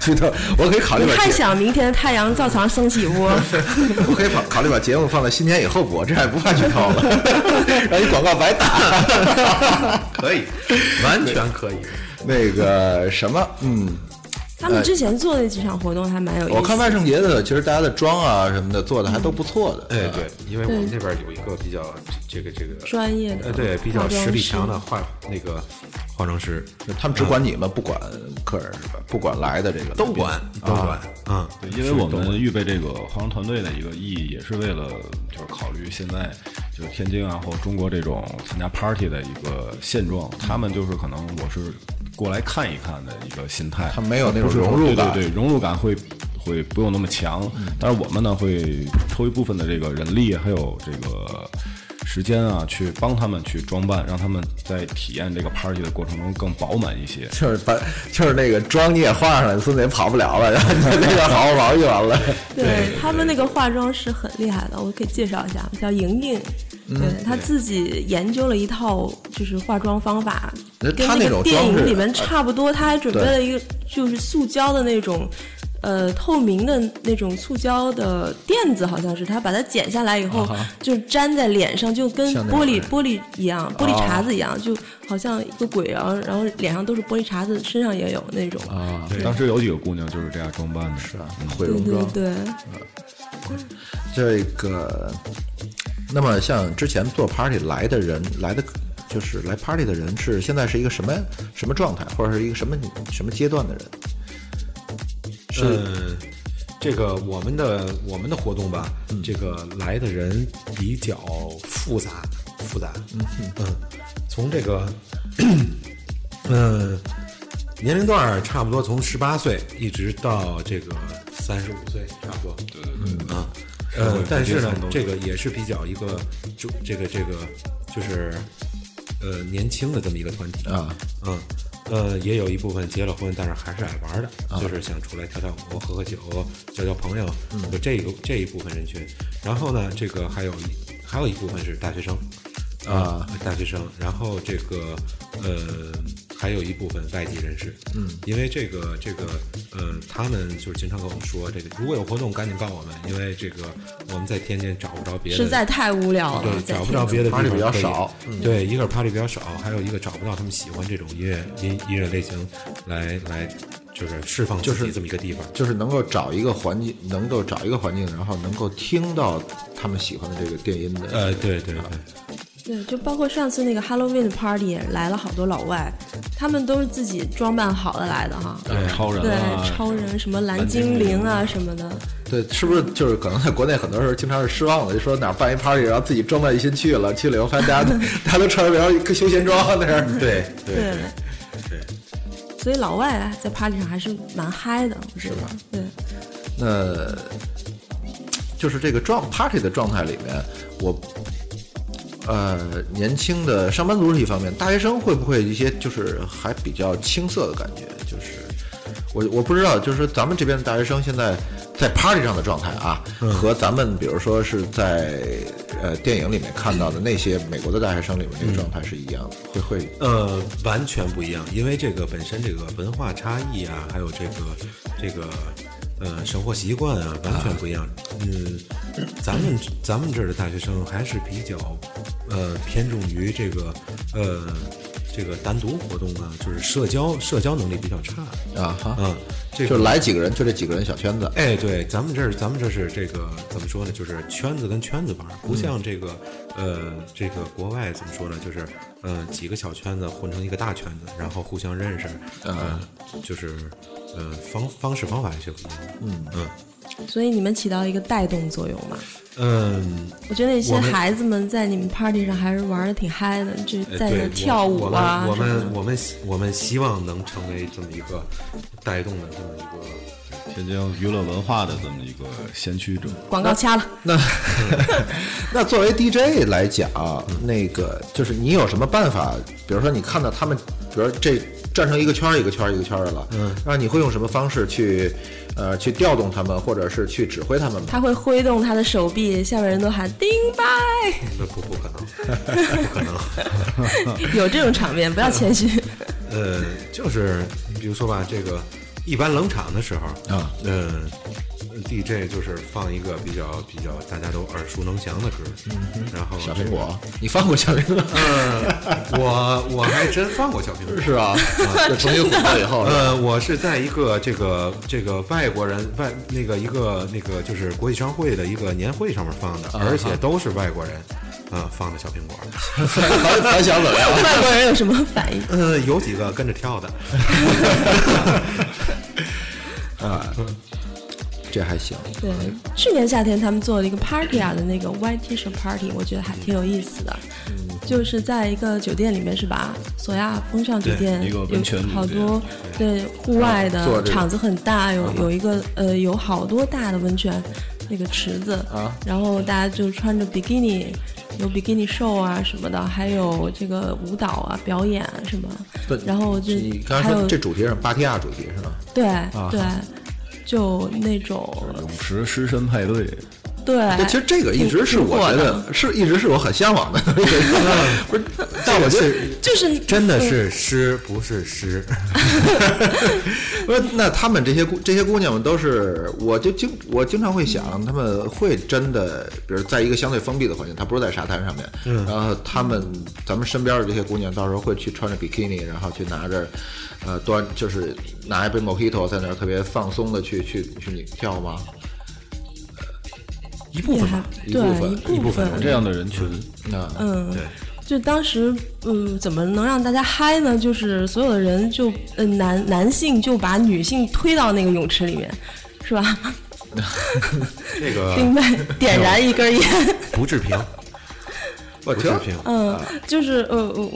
Speaker 4: 剧透，我可以考虑
Speaker 5: 你
Speaker 4: 把
Speaker 5: 还
Speaker 4: 节，
Speaker 5: 想明天太阳照常升起 不？
Speaker 4: 我可以考考虑把节目放在新年以后播，这样也不怕剧透了，让你广告白打。
Speaker 6: 可以， 完全可以。
Speaker 4: 那个什 么，嗯，
Speaker 5: 他们之前做的几场活动还蛮有意思的。
Speaker 4: 我看万圣节的，其实大家的妆啊什么的做的还都不错的。
Speaker 6: 哎，对，因为我们这边有一个比较这个这个
Speaker 5: 专业的
Speaker 6: 呃，对，比较
Speaker 5: 化妆
Speaker 6: 实力
Speaker 5: 师
Speaker 6: 强的化那个化妆师
Speaker 4: 他们只管你们，不管客人是吧？不管来的这个
Speaker 6: 都管都管，嗯，
Speaker 7: 对，因为我们预备这个化妆团队的一个意义，也是为了就是考虑现在就是天津啊或者中国这种参加 party 的一个现状，
Speaker 4: 嗯
Speaker 7: 他们就是可能我是过来看一看的一个心态，
Speaker 4: 他没有那种
Speaker 7: 不是说
Speaker 4: 融入感嗯
Speaker 7: 对对对，融入感会会不用那么强，但是我们呢会抽一部分的这个人力，还有这个。时间啊，去帮他们去装扮，让他们在体验这个 party 的过程中更饱满一些。
Speaker 4: 就是把就是那个妆你也画上了，孙子也跑不了了，然后你就那个好好玩就完了。
Speaker 5: 对他们那个化妆师很厉害的，我可以介绍一下，叫莹莹。对，她自己研究了一套就是化妆方法，
Speaker 4: 那
Speaker 5: 跟
Speaker 4: 她那
Speaker 5: 个
Speaker 4: 种
Speaker 5: 电
Speaker 4: 妆是
Speaker 5: 影里面差不多。她还准备
Speaker 4: 对
Speaker 5: 了一个就是塑胶的那种，呃，透明的那种塑胶的垫子，好像是她把它剪下来以后，就粘在脸上，就跟
Speaker 4: 像那
Speaker 5: 玻璃
Speaker 4: 种
Speaker 5: 玻璃一样，玻璃碴子一样，就好像一个鬼，然后然后脸上都是玻璃碴子，身上也有那种。
Speaker 4: 啊
Speaker 7: 当时有几个姑娘就是这样装扮的，是啊，
Speaker 4: 毁
Speaker 5: 对
Speaker 4: 容
Speaker 5: 对
Speaker 4: 妆，
Speaker 5: 对，
Speaker 4: 这个，那么像之前做 party 来的人，来的就是来 party 的人是现在是一个什么什么状态，或者是一个什么什么阶段的人？
Speaker 6: 嗯，这个我们的我们的活动吧，这个来的人比较复杂，复杂。嗯从这个， 嗯、年龄段儿差不多从十八岁一直到这个三十五岁，差不多。对对对。啊，呃，但是呢，这个也是比较一个，就这个这个就是呃年轻的这么一个团体
Speaker 4: 啊，
Speaker 6: 嗯。呃，也有一部分结了婚，但是还是爱玩的，就是想出来跳跳舞、喝喝酒、交交朋友，就这一个这一部分人群。然后呢，这个还有一还有一部分是大学生，啊、大学生，然后这个呃，还有一部分外籍人士，嗯，因为这个这个呃，他们就是经常跟我们说，这个如果有活动赶紧告我们，因为这个我们在天津找不着别的，
Speaker 5: 实在太无聊了
Speaker 6: 对，，
Speaker 5: 在
Speaker 6: 找不
Speaker 5: 听
Speaker 6: 着别的地方
Speaker 4: party 比较
Speaker 6: 可以
Speaker 4: 少，
Speaker 6: 对，一个是 party 比较少，还有一个找不到他们喜欢这种音乐音音乐类型来来就是释放自己这么一个地方，
Speaker 4: 就是能够找一个环境，能够找一个环境，然后能够听到他们喜欢的这个电音的。
Speaker 6: 呃，对对对。
Speaker 5: 对，就包括上次那个 Halloween party 也来了好多老外，他们都是自己装扮好的来的哈。
Speaker 7: 超人
Speaker 5: 对，
Speaker 7: 啊，
Speaker 5: 超人什么蓝精灵啊什么的，
Speaker 4: 对，是不是就是可能在国内很多时候经常是失望的，就说哪儿办一 party，然后自己装扮一新去了，去了以后发现大家大家都 穿着比较一个休闲装在那儿。对，
Speaker 5: 对，所以老外在 party 上还是蛮嗨的，是吧？对，
Speaker 4: 那就是这个状 party 的状态里面，我呃年轻的上班族是一方面，大学生会不会一些就是还比较青涩的感觉？就是我我不知道，就是说咱们这边的大学生现在在 party 上的状态啊，和咱们比如说是在呃电影里面看到的那些美国的大学生里面这个状态是一样的，会会
Speaker 6: 呃，完全不一样，因为这个本身这个文化差异啊，还有这个这个呃生活习惯啊，完全不一样。嗯，咱们咱们这儿的大学生还是比较呃偏重于这个呃这个单独活动啊，就是社交社交能力比较差。
Speaker 4: 啊哈，
Speaker 6: 嗯，这
Speaker 4: 就
Speaker 6: 个
Speaker 4: 来几个人，就这几个人小圈子。
Speaker 6: 哎，对，咱们这儿，咱们这是这个怎么说呢？就是圈子跟圈子玩儿，不
Speaker 5: 嗯
Speaker 6: 像这个，呃，这个国外怎么说呢？就是，呃，几个小圈子混成一个大圈子，然后互相认识，
Speaker 5: 嗯
Speaker 6: 呃，就是，呃，方方式方法也是不一样的。嗯嗯
Speaker 5: 所以你们起到一个带动作用嘛。
Speaker 6: 嗯，
Speaker 5: 我觉得那些
Speaker 6: 我们
Speaker 5: 孩子们在你们 party 上还是玩的挺嗨的，就
Speaker 6: 呃
Speaker 5: 在
Speaker 6: 对
Speaker 5: 那
Speaker 6: 我
Speaker 5: 跳舞啊
Speaker 6: 我
Speaker 5: 什么的
Speaker 6: 们我们我们希我们希望能成为这么一个带动的这么一个，
Speaker 7: 天津娱乐文化的这么一个先驱者。
Speaker 5: 广告掐了。
Speaker 4: 那 那作为 DJ 来讲，那个就是你有什么办法？比如说你看到他们，比如说这站成一个圈儿一个圈儿一个圈儿的了，嗯，那你会用什么方式去呃去调动他们，或者是去指挥他们吗？
Speaker 5: 他会挥动他的手臂，下面人都喊“丁 拜
Speaker 6: 那不不可能。”，
Speaker 5: 有这种场面，不要谦虚。
Speaker 6: 呃，就是你比如说吧，这个一般冷场的时候
Speaker 4: 啊，
Speaker 6: 嗯、DJ 就是放一个比较比较大家都耳熟能详的歌，然后
Speaker 4: 小苹果，你放过小苹果
Speaker 6: 我我还真放过小苹 果。
Speaker 4: 是吧？ 就重新回到以后，
Speaker 6: 呃，我是在一个这个这个外国人外那个一个那个就是国际商会的一个年会上面放的，而且都是外国人，啊放的小苹果，
Speaker 4: 反反响怎么样？
Speaker 5: 外国人有什么反应？
Speaker 6: 呃，有几个跟着跳的，
Speaker 4: 这还行，
Speaker 5: 对，去年夏天他们做了一个 party 啊的那个 white t shirt party，我觉得还挺有意思的。就是在一个酒店里面是吧？索亚风尚酒店
Speaker 7: 一个温泉
Speaker 5: 有
Speaker 7: 旅
Speaker 5: 好
Speaker 7: 店
Speaker 5: 多对户外
Speaker 4: 做
Speaker 5: 的
Speaker 4: 这个
Speaker 5: 场子很大，有有一个呃有好多大的温泉，那个池子啊，然后大家就穿着比基尼，有比基尼秀啊什么的，还有这个舞蹈啊、表演啊什么。
Speaker 1: 对
Speaker 5: 然后就
Speaker 1: 你刚才
Speaker 5: 还
Speaker 1: 说
Speaker 5: 有哎
Speaker 1: 这主题是芭提雅主题是吗？
Speaker 5: 对对，就那种
Speaker 7: 泳池师生派对，
Speaker 5: 对
Speaker 1: 对，。其实这个一直是我觉
Speaker 5: 哎
Speaker 1: 得是一直是我很向往 的，不是？但我觉得
Speaker 5: 就是
Speaker 6: 真的是诗，不是诗。
Speaker 1: 不是，那他们这些姑这些姑娘们都是，我就经我经常会想，
Speaker 5: 嗯
Speaker 1: 他们会真的，比如在一个相对封闭的环境，她不是在沙滩上面，
Speaker 5: 嗯
Speaker 1: 然后他们咱们身边的这些姑娘，到时候会去穿着比基尼，然后去拿着，呃，端就是拿一杯 mojito 在那儿特别放松的去去去跳吗？
Speaker 6: 一部分吧，
Speaker 5: 也还对
Speaker 6: 一
Speaker 5: 一
Speaker 6: 部
Speaker 5: 部
Speaker 6: 分
Speaker 5: 分
Speaker 7: 有这样的人群，
Speaker 1: 那
Speaker 5: 嗯
Speaker 6: 对，
Speaker 5: 就当时，嗯，怎么能让大家嗨呢？就是所有的人就，呃，男男性就把女性推到那个泳池里面，是吧？
Speaker 6: 啊这个
Speaker 5: 另外点燃一根烟，
Speaker 6: 不置评，
Speaker 1: 我
Speaker 6: 不
Speaker 1: 觉
Speaker 6: 置
Speaker 1: 得
Speaker 6: 评。
Speaker 5: 嗯，就是呃，我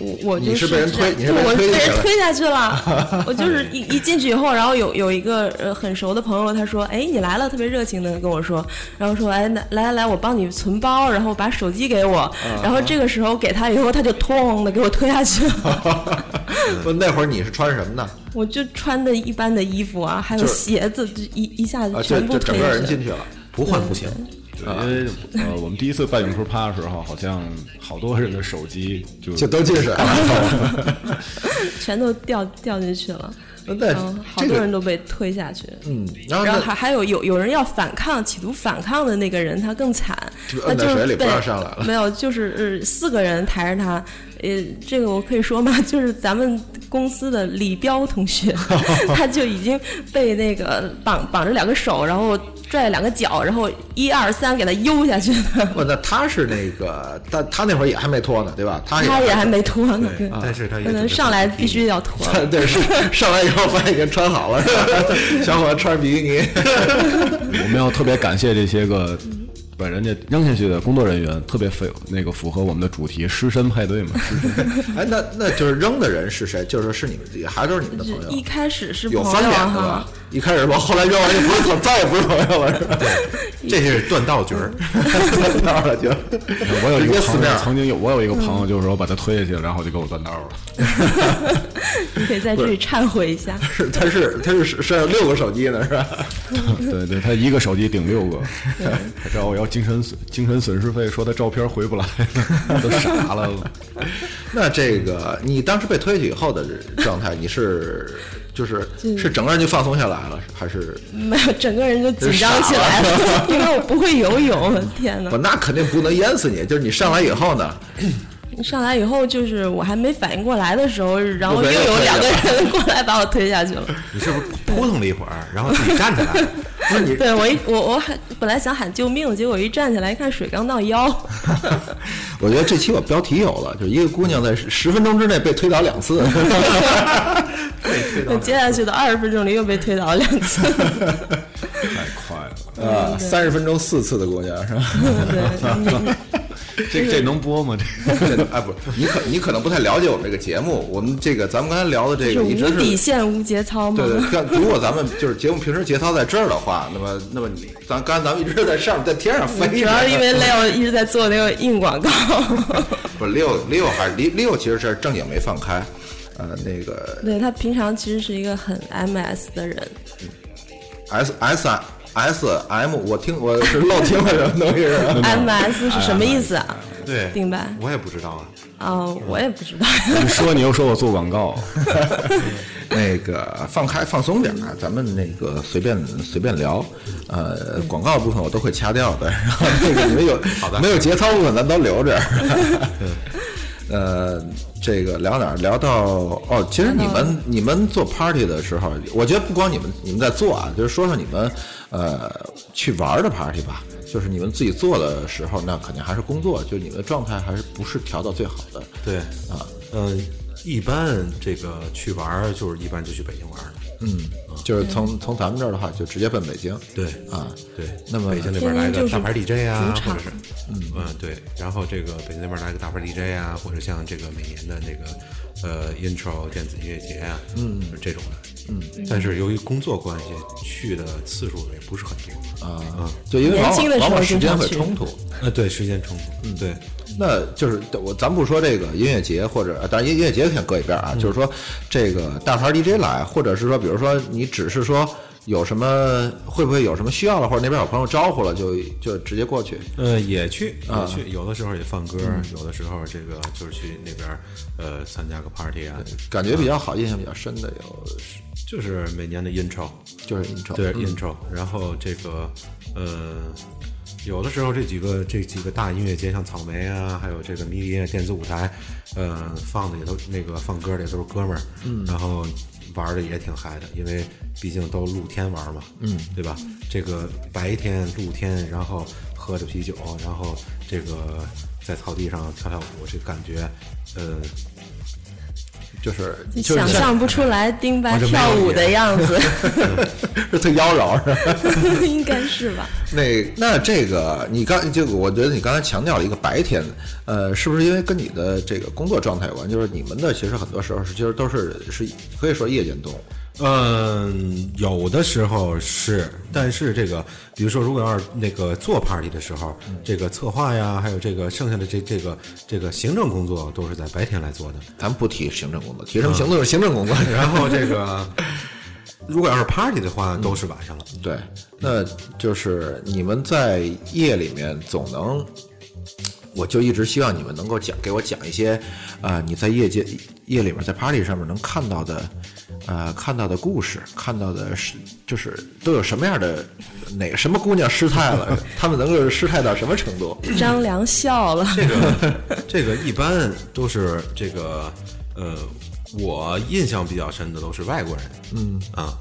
Speaker 5: 我我
Speaker 1: 你
Speaker 5: 就是
Speaker 1: 被人推
Speaker 5: 这
Speaker 1: 你是被人
Speaker 5: 我
Speaker 1: 推
Speaker 5: 是被
Speaker 1: 下
Speaker 5: 人
Speaker 1: 来
Speaker 5: 推下 去了。我就是一一进去以后，然后有有一个呃很熟的朋友，他说：“哎，你来了，特别热情的跟我说，然后说：哎，那来来来，我帮你存包，然后把手机给我。
Speaker 1: 嗯
Speaker 5: 然后这个时候给他以后，他就咚的给我推下去了。
Speaker 1: 不那会儿你是穿什么呢？
Speaker 5: 我就穿的一般的衣服啊，还有
Speaker 1: 就是
Speaker 5: 鞋子，就一一下
Speaker 1: 啊，
Speaker 5: 子
Speaker 1: 就
Speaker 5: 全部
Speaker 1: 就整
Speaker 5: 推
Speaker 1: 个人
Speaker 5: 下去
Speaker 1: 进
Speaker 5: 了。
Speaker 1: 去了。
Speaker 6: 不换不行，
Speaker 7: 对，因
Speaker 1: 啊
Speaker 7: 为呃，我们第一次办泳池趴的时候，好像好多人的手机就
Speaker 1: 就都进水了，
Speaker 5: 全都掉掉进去了。
Speaker 1: 那
Speaker 5: 嗯，好
Speaker 1: 这
Speaker 5: 多
Speaker 1: 个
Speaker 5: 人都被推下去。
Speaker 1: 嗯，然后
Speaker 5: 然后
Speaker 1: 那
Speaker 5: 还还有有有人要反抗，企图反抗的那个人他更惨
Speaker 1: 就，
Speaker 5: 他
Speaker 1: 摁在
Speaker 5: 就是
Speaker 1: 水里不
Speaker 5: 被
Speaker 1: 让上来了
Speaker 5: 没有，就是、呃、四个人抬着他，呃，这个我可以说吗？ 就是咱们公司的李彪同学， 他就已经被那个绑绑着两个手，然后拽着两个脚，然后一二三给他悠下去的，
Speaker 1: 哦不，那他是那个，但他那会儿也还没脱呢，对吧？他也
Speaker 5: 他也还没脱呢，
Speaker 6: 对，
Speaker 1: 啊
Speaker 6: 但是他也
Speaker 5: 可能上来必须要脱 了。
Speaker 1: 对，是上来以后发现已经穿好了，是吧？小伙子穿比基尼，
Speaker 7: 我们要特别感谢这些个把人家扔下去的工作人员，特别符那个符合我们的主题“师生派对”嘛，师生
Speaker 1: 哎，那那就是扔的人是谁？就是说是你们自己，还都是你们的朋
Speaker 5: 一
Speaker 1: 友？
Speaker 5: 开始是朋
Speaker 1: 有翻
Speaker 5: 友
Speaker 1: 脸
Speaker 5: 啊
Speaker 1: 的
Speaker 5: 哈
Speaker 1: 吧，？一开始吧，后来扔完就不是，再也不是朋友了，是吧？
Speaker 6: 这是断道局儿，
Speaker 1: 对， 那了就
Speaker 7: 我有一
Speaker 1: 直
Speaker 7: 个
Speaker 1: 接死嗯
Speaker 7: 朋
Speaker 1: 面
Speaker 7: 友，
Speaker 1: 儿。
Speaker 7: 曾经有我有一个朋友，就是说把他推下去，然后就给我断道了。
Speaker 5: 可以在这里忏悔一下。
Speaker 1: 是，他是他是身上六个手机呢，是 吧？
Speaker 7: 对对，他一个手机顶六个，他找我要精神损精神损失费，说他照片回不来了，都傻了。
Speaker 1: 那这个你当时被推下去以后的状态，你是就是
Speaker 5: 嗯
Speaker 1: 是整个人就放松下来了，还是
Speaker 5: 没有，整个人就紧张起来 了，因为我不会游泳。 我的天哪
Speaker 1: 不？！那肯定不能淹死你，就是你上来以后呢，
Speaker 5: 上来以后，就是我还没反应过来的时候，然后
Speaker 1: 又
Speaker 5: 又
Speaker 1: 被人
Speaker 5: 有
Speaker 1: 推
Speaker 5: 两
Speaker 1: 了
Speaker 5: 个人过来把我推下去了。
Speaker 6: 你是不是扑腾了一会儿，然后自己站起来了？
Speaker 1: 不是你
Speaker 5: 对我一我我还本来想喊救命，结果一站起来一看水刚到 腰，
Speaker 1: 我觉得这期我标题有了，就是一个姑娘在十十分钟之内被推倒 两次。
Speaker 5: 接下去的二十分钟里又被推倒了两次。
Speaker 7: 太快了，
Speaker 1: 啊，三十分钟四次的姑娘是吧？
Speaker 5: 对，
Speaker 7: 这这能播吗？这
Speaker 1: 这 哎，不，你可你可能不太了解我们这个节目，我们这个咱们刚才聊的这
Speaker 5: 是
Speaker 1: 个一直
Speaker 5: 无底
Speaker 1: 是。
Speaker 5: 线无节操吗
Speaker 1: 对？对，像如果咱们就是节目平时节操在这儿的话，那么那么你，咱刚才咱们一直在上面在天上飞着，
Speaker 5: 主要是因为 Leo 一直在做那个硬广告，
Speaker 1: 不是六六还是六六，其实是正经没放开，呃，那个
Speaker 5: 对他平常其实是一个很 MS 的人，
Speaker 1: S S S M，我听我是漏听了什么东西是吧？
Speaker 5: MS 是什么意思啊？
Speaker 6: 对，
Speaker 5: 明白
Speaker 6: 我也不知道啊，
Speaker 5: 哦，我也不知道。
Speaker 7: 你说你又说我做广告，
Speaker 1: 那个放开放松点儿，啊咱们那个随便随便聊，呃，广告部分我都会掐掉的，然后那个你们有没有节操部分咱都留着。 呃，这个聊哪儿？聊到哦，其实你们你们做 party 的时候，我觉得不光你们你们在做啊，就是说说你们呃去玩儿的 party 吧，就是你们自己做的时候，那肯定还是工作，就你们的状态还是不是调到最好的。
Speaker 6: 对啊，嗯，一般这个去玩儿就是一般就去北京玩儿，
Speaker 1: 嗯，就是从从咱们这儿的话，就直接奔北京。
Speaker 6: 对
Speaker 1: 啊，
Speaker 6: 对，
Speaker 1: 那么
Speaker 6: 北京那边来个大牌 DJ 啊，
Speaker 5: 天津就是主
Speaker 6: 或
Speaker 5: 场
Speaker 6: 者是，嗯对，然后这个北京那边来个大牌 DJ 啊，或者像这个每年的那个呃 intro 电子音乐节啊，嗯，这种的，嗯，但是由于工作关系，去的次数也不是很多啊。嗯，
Speaker 4: 就因为往
Speaker 5: 年轻的
Speaker 4: 往
Speaker 5: 时候
Speaker 4: 往往时间
Speaker 5: 经常
Speaker 4: 会
Speaker 5: 去
Speaker 4: 冲突。
Speaker 6: 呃，对，时间冲突，嗯，对，
Speaker 4: 那就是我，咱不说这个音乐节或者，呃当然音乐节先搁一边啊，
Speaker 5: 嗯
Speaker 4: 就是说这个大牌 DJ 来，或者是说，比如说你只是说有什么，会不会有什么需要了，或者那边有朋友招呼了，就就直接过去。
Speaker 6: 呃，也去，也去，有的时候也放歌，有的时候这个就是去那边儿呃参加个 party 啊，
Speaker 4: 感觉比较好，印象比较深的有
Speaker 6: 就是每年的 intro，
Speaker 4: 就是你瞅，
Speaker 6: 对 intro，然后这个呃，有的时候这几个这几个大音乐节，像草莓啊，还有这个迷笛啊电子舞台，呃，放的也都那个放歌的也都是哥们儿，嗯，然后玩的也挺嗨的，因为毕竟都露天玩嘛，嗯，对吧？这个白天露天，然后喝着啤酒，然后这个在草地上跳跳舞，这感觉，呃，
Speaker 4: 就是
Speaker 5: 你
Speaker 4: 就是
Speaker 5: 想象不出来丁
Speaker 6: 我
Speaker 5: 白
Speaker 6: 这没
Speaker 5: 跳
Speaker 6: 有
Speaker 5: 舞
Speaker 6: 你
Speaker 5: 的样 子，
Speaker 4: 是特妖娆是吧？
Speaker 5: 应该是吧？
Speaker 4: 那那这个，你刚这个，我觉得你刚才强调了一个白天，呃，是不是因为跟你的这个工作状态有关？就是你们的其实很多时候是其实都是是可以说夜间动物，
Speaker 6: 嗯，有的时候是，但是这个，比如说，如果要是那个做 party 的时候，这个策划呀，还有这个剩下的这这个这个行政工作都是在白天来做的。
Speaker 4: 咱们不提行政工作，提什么行政是行政工作。
Speaker 6: 然后这个， 如果要是 party 的话，都是晚上了。
Speaker 4: 对，那就是你们在夜里面总能，我就一直希望你们能够讲给我讲一些，啊、你在夜间夜里面在 party 上面能看到的，呃，看到的故事，看到的是就是都有什么样的哪什么姑娘失态了， 她们能够失态到什么程度？
Speaker 5: 张良笑了，
Speaker 6: 这个这个一般都是这个呃，我印象比较深的都是外国人，嗯啊，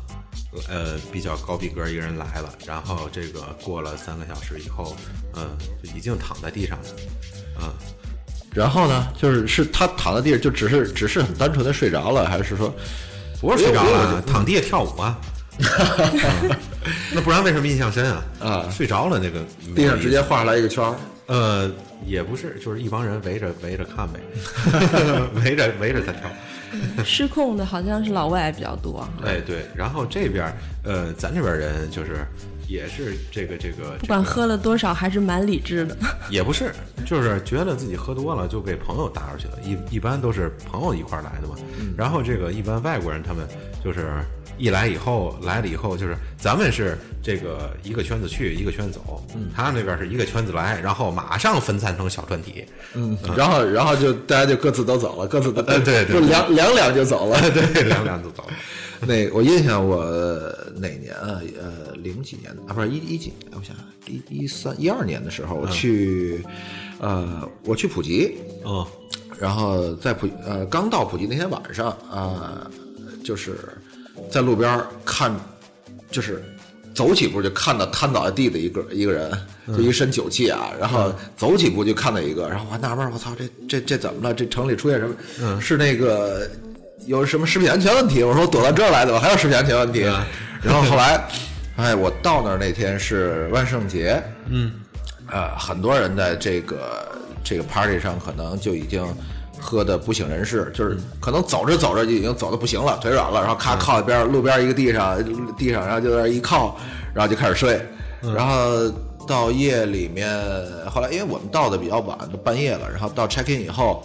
Speaker 6: 呃，比较高逼格一个人来了，然后这个过了三个小时以后，嗯、就已经躺在地上了，嗯、
Speaker 4: 然后呢，就是是她躺在地上就只是只是很单纯的睡着了，还是说
Speaker 6: 不是睡着了，躺地下跳舞 啊。嗯那不然为什么印象深啊？
Speaker 4: 啊
Speaker 6: 睡着了那个没
Speaker 4: 地
Speaker 6: 有
Speaker 4: 上
Speaker 6: 意
Speaker 4: 直
Speaker 6: 思
Speaker 4: 接画出来一个圈儿？
Speaker 6: 呃，也不是，就是一帮人围着围着看 呗，围着围着他跳。
Speaker 5: 失控的好像是老外比较多，啊
Speaker 6: 哎，对，然后这边儿呃，咱这边儿人就是也是这个这个，
Speaker 5: 不
Speaker 6: 这
Speaker 5: 管
Speaker 6: 个
Speaker 5: 喝了多少还是蛮理智的。
Speaker 6: 也不是，就是觉得自己喝多了就被朋友搭出去了，一一般都是朋友一块儿来的嘛。然后这个一般外国人他们就是一来以后来了以后，就是咱们是这个一个圈子去一个圈子走，他那边是一个圈子来，然后马上分散成小团体，
Speaker 4: 嗯，然后然后就大家就各自都走了，各自都
Speaker 6: 哎对对
Speaker 4: 就两两两就走了，对。
Speaker 6: 对，两两就走了。
Speaker 4: 那我印象我哪年啊？呃，零几年啊，不是一一几年？我想想，一一三一二年的时候，我去，呃，我去普吉，
Speaker 6: 嗯，
Speaker 4: 然后在普呃刚到普吉那天晚上啊、就是在路边儿看，就是走几步就看到瘫倒在地的一个一个人，就一身酒气啊，然后走几步就看到一个，然后我还纳闷儿，我操，这这这怎么了？这城里出现什么？是那个有什么食品安全问题？我说我躲到这儿来的，呃我还有食品安全问题？啊
Speaker 1: 嗯
Speaker 4: 然后后来，哎，我到那儿那天是万圣节，嗯。呃，很多人在这个这个 party 上可能就已经喝的不省人事，
Speaker 1: 嗯
Speaker 4: 就是可能走着走着就已经走的不行了，腿软了，然后咔靠一边儿路边儿一个地上地上，然后就在那儿一靠，然后就开始睡，
Speaker 1: 嗯
Speaker 4: 然后到夜里面，后来因为我们到的比较晚，都半夜了，然后到 check in 以后。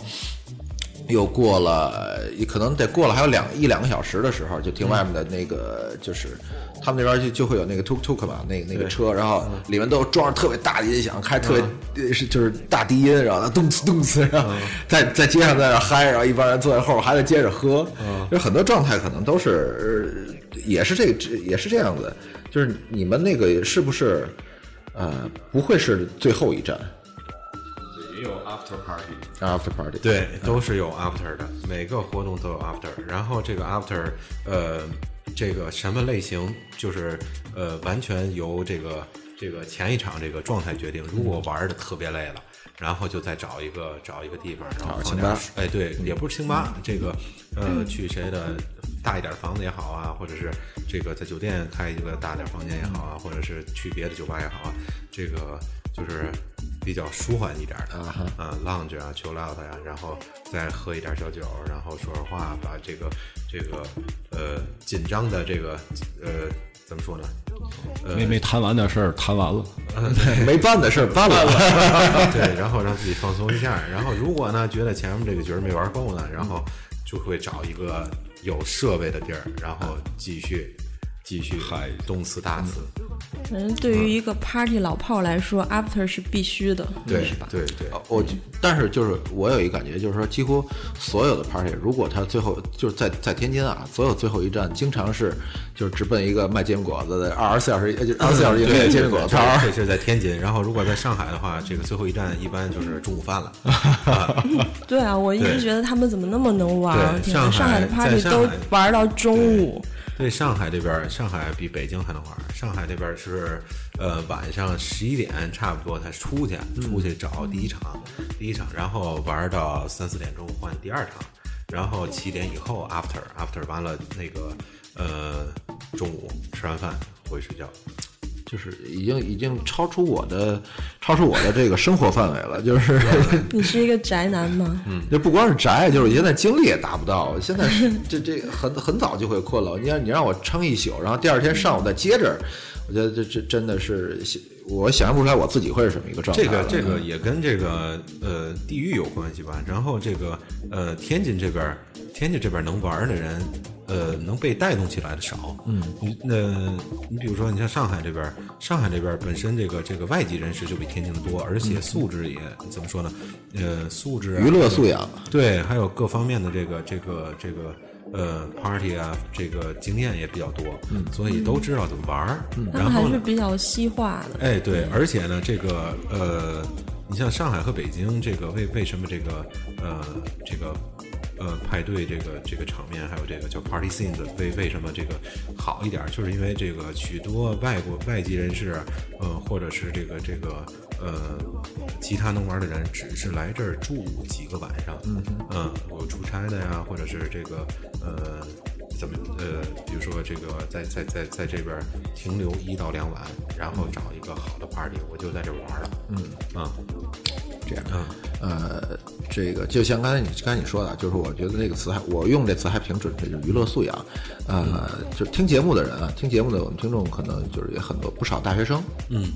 Speaker 4: 又过了，可能得过了还有两一两个小时的时候，就听外面的那个，就是他们那边就就会有那个 tuk tuk 嘛，那那个车，然后里面都装着特别大的音响，开特别、呃是就是大低音，然后咚呲咚呲，然后在在街上在那嗨，然后一帮人坐在后边还在接着喝，有很多状态可能都是呃也是这个也是这样子，就是你们那个是不是呃不会是最后一站啊
Speaker 8: 也有 after party，
Speaker 4: after party？
Speaker 6: 对，都是有 after 的，每个活动都有 after。然后这个 after，呃，这个什么类型，就是呃，完全由这个这个前一场这个状态决定。如果玩的特别累了，然后就再找一个找一个地方，然后放点儿水哎，对，也不是清吧，这个呃，去谁的大一点儿房子也好啊，或者是这个在酒店开一个大点儿房间也好啊，或者是去别的酒吧也好啊，这个就是比较舒缓一点的啊，lounge 啊，chill out 呀、然后再喝一点小酒，然后说说话，把这个这个呃紧张的这个呃怎么说呢？
Speaker 7: 没没谈完的事儿谈完了，
Speaker 4: 没办的事儿办了，
Speaker 6: 对，然后让自己放松一下。然后如果呢觉得前面这个角儿没玩够呢，然后就会找一个有设备的地儿，然后继续继续动次打次。
Speaker 5: 嗯反正对于一个 party 老炮儿来说，after 是必须的，
Speaker 6: 对
Speaker 5: 是吧？
Speaker 6: 对对，
Speaker 4: 呃我但是就是我有一感觉，就是说几乎所有的 party，如果他最后就是在在天津啊，所有最后一站经常是就是直奔一个卖煎饼果子的二十四小时呃二十四小时营业的煎饼果子摊
Speaker 6: 这
Speaker 4: 儿。
Speaker 6: 是在天津。然后如果在上海的话，这个最后一站一般就是中午饭了。啊
Speaker 5: 对啊，我一直
Speaker 6: 对
Speaker 5: 觉得他们怎么那么能玩儿？
Speaker 6: 对
Speaker 5: 天哪，
Speaker 6: 上
Speaker 5: 上
Speaker 6: 海
Speaker 5: 的
Speaker 6: 在
Speaker 5: party
Speaker 6: 上
Speaker 5: 都
Speaker 6: 海
Speaker 5: 玩到中午，
Speaker 6: 对上海这边儿，上海比北京还能玩儿。上海这边儿是，呃，晚上十一点差不多才出去，出去找第一场，第一场，然后玩儿到三四点钟换第二场，然后七点以后 after after 完了那个，呃，中午吃完饭回去睡觉。
Speaker 4: 就是已经已经超出我的超出我的这个生活范围了，就是
Speaker 6: 嗯
Speaker 5: 你是一个宅男吗？
Speaker 4: 就不光是宅，就是现在精力也达不到。现在是这这很很早就会困了。你让你让我撑一宿，然后第二天上午再接着，我觉得这这真的是我想象不出来我自己会是什么一个状态
Speaker 6: 这
Speaker 4: 了。
Speaker 6: 个这个也跟这个呃地域有关系吧。然后这个呃天津这边儿，天津这边儿能玩儿的人，呃能被带动起来的少。嗯，那、你比如说你像上海这边儿，上海这边儿本身这个这个外籍人士就比天津的多，而且素质也、怎么说呢？呃，素质啊、
Speaker 4: 娱乐素养，
Speaker 6: 对，还有各方面的这个这个这个呃 party 啊，这个经验也比较多，
Speaker 4: 嗯
Speaker 6: 所以都知道怎么玩儿。
Speaker 5: 他
Speaker 6: 然
Speaker 5: 们
Speaker 6: 后
Speaker 5: 还
Speaker 6: 呢
Speaker 5: 是？比较西化的。
Speaker 6: 哎，对，而且呢，这个呃，你像上海和北京，这个为为什么这个呃这个呃派对这个这个场面，还有这个叫 party scene 的为为什么这个好一点儿，就是因为这个许多外国外籍人士，呃，或者是这个这个呃其他能玩的人，只是来这儿住几个晚上，嗯嗯，我出差的呀，或者是这个呃。怎么呃，比如说这个在在在在这边停留一到两晚，然后找一个好的 party，我就在这玩了。嗯啊，
Speaker 4: 这样
Speaker 6: 嗯，
Speaker 4: 呃，这个就像刚才你刚才你说的，就是我觉得那个词还我用这词还挺准确，就是娱乐素养。呃，就听节目的人啊，听节目的我们听众可能就是也很多不少大学生，嗯。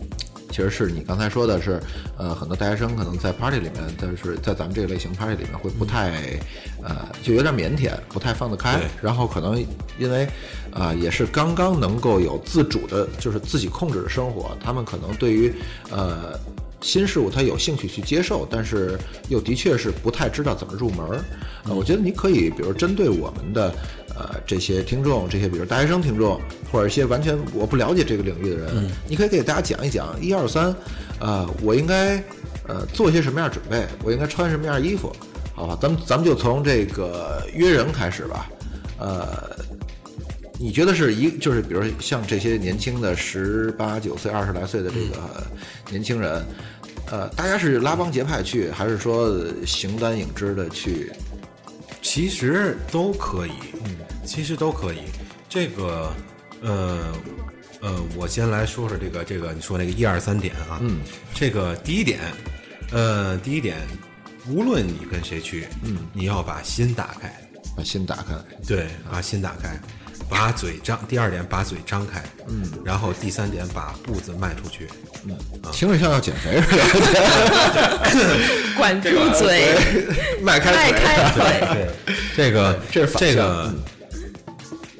Speaker 4: 其实是你刚才说的是，呃，很多大学生可能在 party 里面，但是在咱们这个类型 party 里面会不太，呃，就有点腼腆，不太放得开。然后可能因为，啊、也是刚刚能够有自主的，就是自己控制的生活，他们可能对于，呃，新事物他有兴趣去接受，但是又的确是不太知道怎么入门儿。呃，我觉得你可以，比如针对我们的呃这些听众，这些比如大学生听众，或者一些完全我不了解这个领域的人，你可以给大家讲一讲一二三，呃，我应该呃做些什么样的准备，我应该穿什么样的衣服，好吧？咱们咱们就从这个约人开始吧，呃。你觉得是一就是，比如像这些年轻的十八九岁、二十来岁的这个年轻人，呃，大家是拉帮结派去，还是说呃形单影只的去？
Speaker 6: 其实都可以，其实都可以。这个，呃，呃，我先来说说这个这个你说那个一二三点啊，嗯，这个第一点，呃，第一点，无论你跟谁去，嗯，你要把心打开，
Speaker 4: 把心打开，
Speaker 6: 对，把心打开，把嘴张。第二点，把嘴张开。嗯。然后第三点，把步子迈出去。
Speaker 4: 听着像要减肥似的，
Speaker 5: 管住嘴，
Speaker 6: 啊
Speaker 4: 迈开
Speaker 5: 迈
Speaker 4: 腿。
Speaker 5: 开腿，
Speaker 6: 这个，
Speaker 4: 这是嗯反向
Speaker 6: 这个。